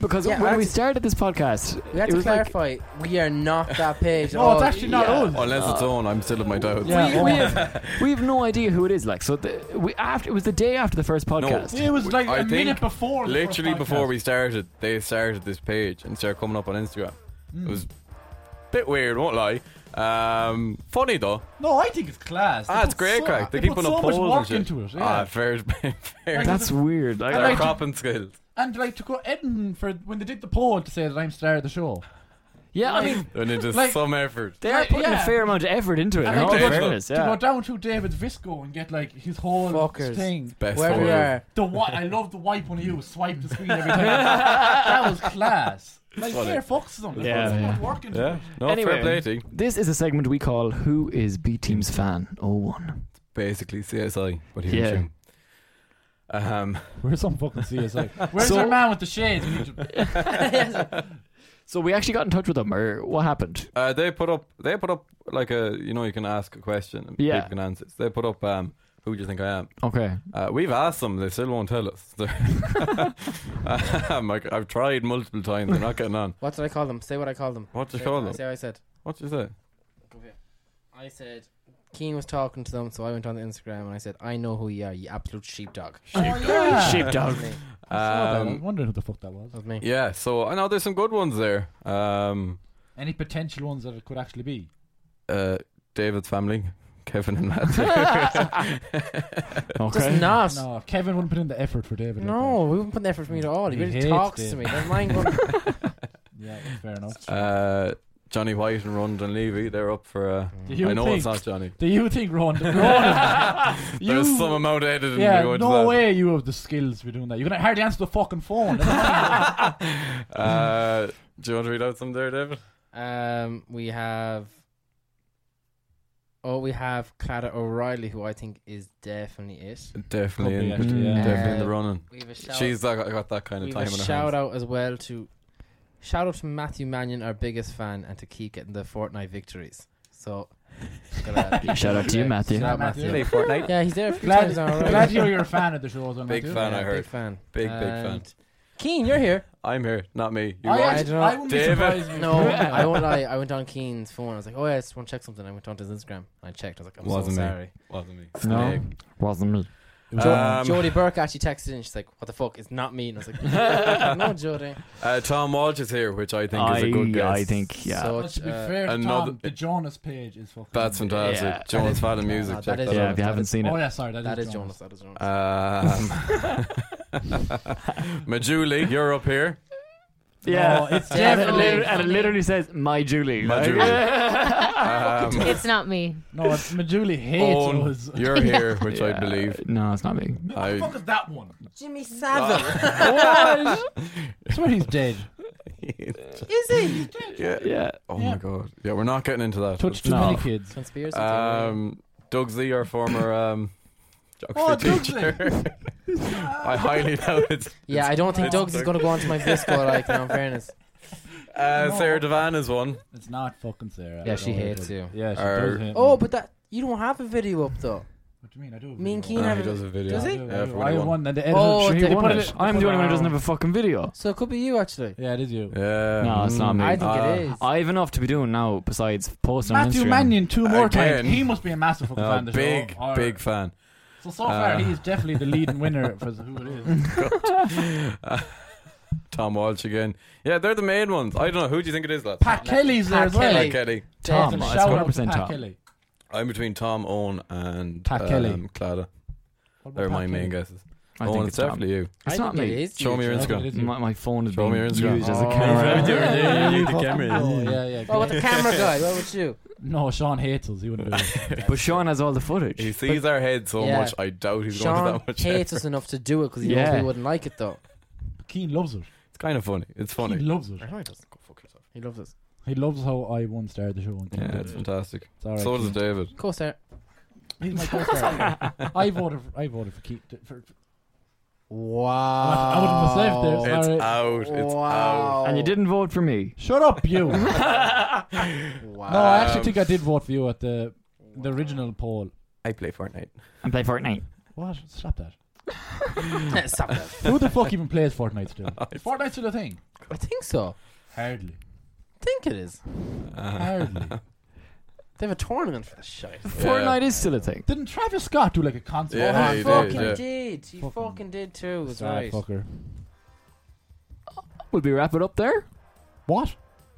because
Yeah,
when
I
we
had to-
started this podcast,
We have
it
to
was like
clarify. we are not that
[LAUGHS]
page.
No, it's
Oh,
actually not
yeah.
old.
Unless it's on, I'm still in my doubts.
Yeah.
we,
[LAUGHS]
we have we have no idea who it is. Like, so the, we after it was the day after the first podcast.
It was like
Oh, I
a minute
think
before. the first
Literally before
podcast.
we started, they started this page and started coming up on Instagram.
Mm.
It was a bit weird, won't lie. Um, funny though.
No, I think it's class. They
Ah, it's
put
great
so,
crack. They,
They
keep
put
on
so
up
much
polls
work
and shit.
into it. Yeah.
Ah, [LAUGHS] fair, fair.
That's weird. Like,
I
Their
like to-
cropping skills.
and like to go Edinburgh for when they did the poll to say that I'm star of the show.
Yeah, I mean,
They need to
Like-
some effort.
they are
Like,
putting a
yeah.
fair amount of effort into it.
I
In all
think they-
fairness,
To go
yeah.
down to David Visco and get like his whole
Fuckers.
thing.
Best
Where we
photos.
are.
The wi- I love the wipe when you swipe the screen every time. that was class. Like
Well,
fair
it-
fucks to them. Like,
Yeah,
yeah,
yeah.
working to
Yeah.
it.
No
Anyway.
fair play to you.
This is a segment we call "Who is B Team's Fan Oh, 01?
Basically CSI, but here
Yeah.
in June. Um,
Where's some fucking CSI? [LAUGHS] Where's
So-
our man with the shades? We need to-
So we actually got in touch with them. Or what happened?
uh, they put up. They put up like a. You know, you can ask a question and
Yeah.
people can answer. it. So they put up. Um, who do you think I am?
Okay.
Uh, we've asked them. They still won't tell us. [LAUGHS] I'm like, I've tried multiple times. They're not getting on.
What did I call them? Say what I called them.
What do you
Say-
call them?
Say what I said.
What do you say?
I said. Keen was talking to them, so I went on the Instagram and I said, "I know who you are, you absolute sheepdog."
Oh, yeah.
Sheepdog.
That was me.
[LAUGHS] I was
Um,
wondering who the fuck that was.
That was me.
yeah. So I know there's some good ones there. Um,
Any potential ones that it could actually be?
uh, David's family, Kevin and Matthew.
Okay.
Just not. No,
No, Kevin wouldn't put in the effort for David. like
we wouldn't put an effort for me at all. He,
He
really
hates
talks
it.
to me. Never mind. Going,
that. Yeah, that's fair enough.
uh, Johnny White and Rondon Levy. They're up for. Uh,
Do you
I know
think,
it's not Johnny.
Do you think,
[LAUGHS]
Ron? Ron
There's some amount of editing
yeah,
to go into
no
that.
way you have the skills for doing that. You're gonna hardly answer the fucking phone.
[LAUGHS] uh, do you want to read out some there, David?
Um, we have. Oh, we have Clara O'Reilly, who I think is definitely it.
Definitely,
Probably,
in,
actually,
yeah.
definitely in the
Uh,
running.
We have a shout.
She's got, got that kind of
we
time
have
in
a
her
shout
hands.
out as well to shout out to Matthew Mannion, our biggest fan, and to Keith getting the Fortnite victories. So, gotta-
Shout out to you, Matthew.
Shout out,
Matthew.
Matthew.
Play
Fortnite.
Yeah, he's there. A few
glad,
times now already.
glad you're, you're a fan of the show. though,
Big
Matthew.
fan, I
Yeah,
heard.
Big fan.
Big, big fan.
And Keen, you're here.
I'm here, not me.
Oh,
You
I,
are.
actually,
don't
I
know.
wouldn't
David.
be surprised. if-
[LAUGHS] No, I won't lie. I went on Keen's phone. I was like, oh, yeah, I just want to check something. I went on to his Instagram. I checked. I was like, I'm
Wasn't
so
me.
sorry.
Wasn't me.
No, wasn't me.
Jo- Um,
Jodie Burke actually texted in. She's like, what the fuck? It's not me. And I was
[LAUGHS]
like, no, Jodie.
Uh, Tom Walsh is here, which I think is a good guess.
I, I think yeah.
So,
But to be
uh,
fair, to
another-
Tom, the Jonas page is fucking.
That's fantastic.
Yeah.
John's fan of
Yeah,
music.
that
check
is
that
yeah,
out.
if you haven't seen
Oh
it,
yeah, sorry,
that is
Jonas.
Jonas. That is Jonas.
Um, [LAUGHS] Majuli, you're up here.
yeah,
No, it's
Yeah, and it
definitely
literally- and it
funny.
literally says "My Julie."
My
like- [LAUGHS]
[LAUGHS]
Um,
It's not me.
No, it's Majuli hates
Owen, [LAUGHS]
us.
you're here, which I
Yeah.
believe.
No, it's not me.
What the
I-
fuck is that one?
Jimmy Savile.
[LAUGHS]
I swear he's dead.
Yeah.
Yeah.
Oh
Yeah.
my god. Yeah, we're not getting into that.
Touched too
No.
many kids.
Conspiracy theory.
Um, Doug Z, our former um, geography
Oh, Doug Z.
teacher. [LAUGHS] I highly doubt it.
Yeah, I don't think
it's
Doug's is
Doug.
going to go onto
[LAUGHS]
my Visco like, no, in fairness.
Uh, Sarah Devan is one.
[LAUGHS] It's not fucking Sarah.
Yeah,
I
she
know it
hates
is.
you.
Yeah, she
Or-
does hate
Oh,
me.
but that you don't have a video up though.
what do you mean? I do.
Me and
video.
Keen
Uh,
have
he
a
does a video.
Does he?
Yeah,
Yeah,
if
I
anyone-
won. And the editor.
Oh,
Sure, he
they
won
put
it.
it-
I'm
put
the only one
it
who doesn't
on.
have a fucking video.
So it could be you actually.
Yeah, it is you.
Yeah.
No, it's not me.
I think
Uh,
it is.
I have enough to be doing now besides posting
Matthew
on Instagram.
Mannion two more
Again.
times. He must be a massive fucking
No,
fan of the
big,
show. Or-
big fan.
So so far,
Uh,
he is definitely the leading winner for who it [LAUGHS] is.
Tom Walsh again. Yeah, they're the main ones. I don't know. Who do you think it is, lads?
Pat Kelly's there as well.
Pat
Kelly.
Kelly.
Tom,
Definitely.
it's
Shout out to
100%
Pat
Tom.
Kelly.
I'm between Tom, Owen, and
Pat
um,
Kelly.
Clara.
What about
They're my
Pat
main
Kelly?
guesses.
I
Owen,
think
it's,
it's Tom.
definitely you.
I
It's not
think
me.
It is
Show me your
Joe.
Instagram.
It is you.
My, my phone is
Show
being
me your Instagram.
used as a
Oh.
camera.
Yeah,
You
you
the
fucking
camera.
know. Yeah, yeah.
Oh, with
great.
the camera guy. What would you?
No, Sean hates us. He wouldn't do [LAUGHS] it.
but Sean has all the footage.
[LAUGHS] He sees our head so
Yeah.
much, I doubt he's going to
Sean
that much.
hates us enough to do it because he
Yeah.
knows we wouldn't like it though.
Keen loves us.
It's kind of funny. It's
He
funny.
loves us.
I know he does. Go fuck yourself. He loves us.
He loves how I once started the show. and Keane
Yeah,
did
it's
it.
fantastic.
It's all right,
so does
Keane.
David.
Of course, there.
[LAUGHS] He's my co-star.
[LAUGHS]
I voted. For, I voted for Keith. For, for,
Wow.
I wouldn't have saved this. It's
It's
Sorry.
out. It's out.
wow.
and you didn't vote for me.
shut up, [LAUGHS] you.
Wow.
No, I actually
Um,
think I did vote for you at the the original poll.
I play Fortnite.
And play Fortnite.
What? Stop
[LAUGHS]
that.
[LAUGHS] Stop that.
Who the fuck even plays Fortnite
[LAUGHS]
still? Is Fortnite still a thing?
I think so.
Hardly.
I think it is.
Uh-huh.
Hardly.
They have a tournament for the shit.
Fortnite is still a thing.
Didn't Travis Scott do like a concert?
Yeah,
oh,
he
he
did,
fucking
yeah.
did. He
Fucking-
fucking, did too. That's
Sad
right.
fucker.
Would we wrap it up there?
What?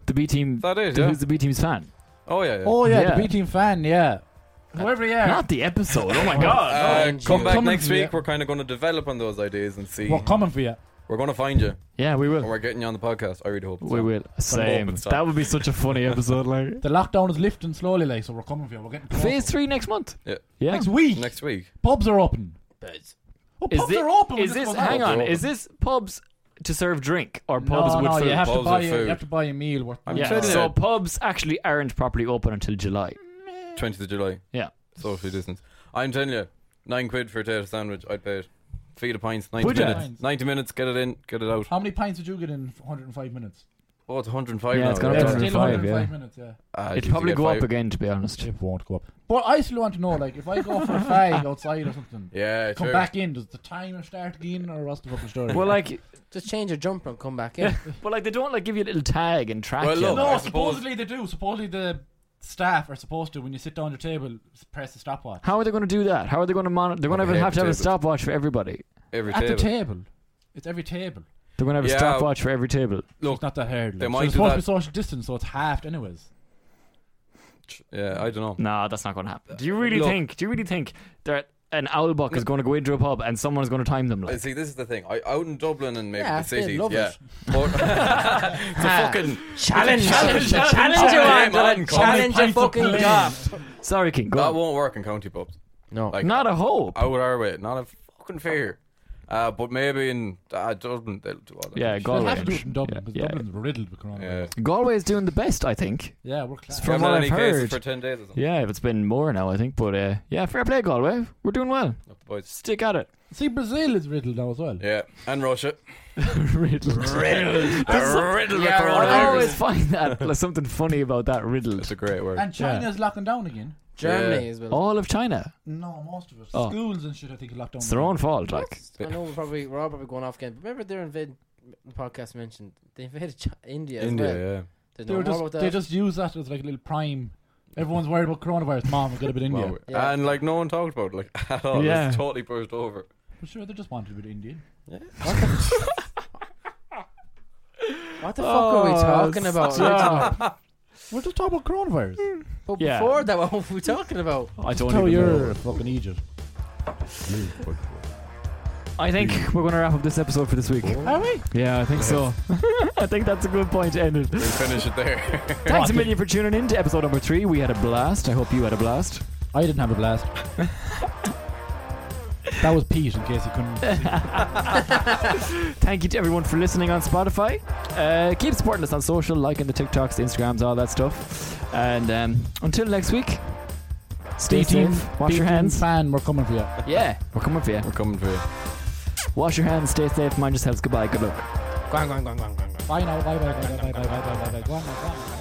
The B team.
Is that it?
the-
Yeah.
Who's the B team's fan?
Oh, yeah. yeah.
Oh yeah,
Yeah.
the B team fan. Yeah. Whoever you are,
Not the
[LAUGHS]
episode. Oh my god.
Uh,
Mind
[LAUGHS] come
you.
back
Coming
next
from
week.
the-
We're kind of going to develop on those ideas and see.
we're coming for you.
We're going to find you,
Yeah, we
and
will.
we're getting you on the podcast. I really hope.
We will. Same.
it's
That would be such a funny episode. Like
The lockdown is lifting slowly, like so. We're coming for you. We're getting close.
phase three next month.
Yeah.
Yeah.
next week.
Next week.
pubs are open. Oh,
Is
pubs
thi-
are open. when
Is this?
goes
Hang
out.
on.
They're
Is
open.
this pubs to serve drink or
No,
pubs with
no,
food?
you have to
Pubs
buy.
with
A, you
food.
have to buy a meal. Worth
I'm
yeah.
trying
So
to
pubs actually aren't properly open until July.
20th of July.
Yeah.
Socially distance. I'm telling you, nine quid for a tater sandwich. I'd pay it. Feed a pints. Ninety
Would ya?
minutes. Ninety minutes. Get it in. Get it out.
How many pints did you get in 105 minutes?
Oh, it's 105
Yeah,
now.
it's gone up
yeah.
to 100.
still
105, yeah.
minutes. Yeah.
Ah,
It'd
geez,
probably
you get
go up
five-
again, to be
[LAUGHS]
honest.
Chip won't go up. But I still want to know, like, if I go for a fag outside or something,
Yeah,
come
sure.
back in, does the timer start again or what's the fucking story?
Well, like,
Just change your jumper and come back in.
well, like they don't like give you a little tag and track
Well,
you.
look,
no,
Oh, I suppose-
supposedly they do. Supposedly the staff are supposed to, when you sit down at your table, s- press the stopwatch.
How are they going to do that? How are they going to monitor? They're going to
On
have,
the
have to have a
tables.
stopwatch for everybody.
Every
At
table.
the table. It's every table.
They're going to have a
Yeah.
stopwatch for every table.
So
Look,
it's not that hard.
they
Like.
might
So it's
do
supposed
that-
to be social distance, so it's halved anyways.
yeah, I don't know.
No, that's not going to happen. Do you really
Look.
think? Do you really think that an owl buck is going to go into a pub and someone's going to time them?
I
Like,
See, this is the thing. I, out in Dublin and maybe
Yeah,
the
they
cities,
love
yeah.
[LAUGHS]
it.
But- [LAUGHS] it's a
Ah,
fucking
[LAUGHS] Challenge, challenge, challenge,
Game
your
on,
one.
come
Challenge your
pints of
fucking
blame.
job.
sorry, King. Go.
That
on.
won't work in county pubs.
No.
Like,
Not a hope.
out our way, not a fucking fear. Uh, but maybe in uh, Dublin they'll do all that.
Yeah,
They'll
Galway.
have to do it in Dublin,
Yeah,
because
yeah.
Dublin's riddled with coronavirus.
Yeah.
Yeah,
Galway's doing the best, I think.
we're class.
From
Haven't
what
had
I've
any cases
heard.
for ten days or something.
Yeah, if it's been more now, I think. But uh, yeah, fair play, Galway. We're doing well.
Not the boys.
Stick at it. [LAUGHS]
See, Brazil is riddled now as well.
Yeah, and Russia.
[LAUGHS] riddled. [LAUGHS]
They're riddled with
Yeah, we're
I
coronavirus.
always find that like, something funny about that
It's
riddled.
a great word.
And China's locking down again.
Germany
Yeah.
as well.
All of China.
No, most of it.
Oh.
Schools and shit, I think, are locked down.
It's their own fault. Like,
I know we're probably we're all probably going off again. But remember, they're invading. The podcast mentioned they invaded Ch- India. as well.
India,
There's
They, were
no more about
just,
that.
they just use that as like a little prime. Everyone's worried about coronavirus. Mom, we got a bit
yeah.
India.
Wow.
Yeah.
And like no one talked about it, like [LAUGHS] at all.
Yeah.
It's totally burst over.
But sure, they just wanted a bit Indian.
what the fuck are we
Oh,
talking about? originally?
[LAUGHS] We're just talking about coronavirus.
But
Yeah.
before that, what were we talking about?
I don't
Tell
even
you're
know.
a fucking Egypt.
嗯
I think we're going to wrap up this episode for this week.
Oh. Are we?
Yeah, I think so. [LAUGHS] I think that's a good point to end it.
We finish it there.
Thanks a million for tuning in to episode number three. We had a blast. I hope you had a blast.
I didn't have a blast. that was Pete, in case you couldn't. see.
[LAUGHS] Thank you to everyone for listening on Spotify. Uh, keep supporting us on social, liking the TikToks, the Instagrams, all that stuff. And um, until next week, stay tuned. Wash
Pete
your
and
hands.
Fan, we're coming for you.
Yeah, we're coming for you.
We're coming for you.
Wash your hands. Stay safe. Mind yourselves. Goodbye. Good luck.
Bye now. Bye bye bye bye bye bye bye bye bye. Go on, go on, go on.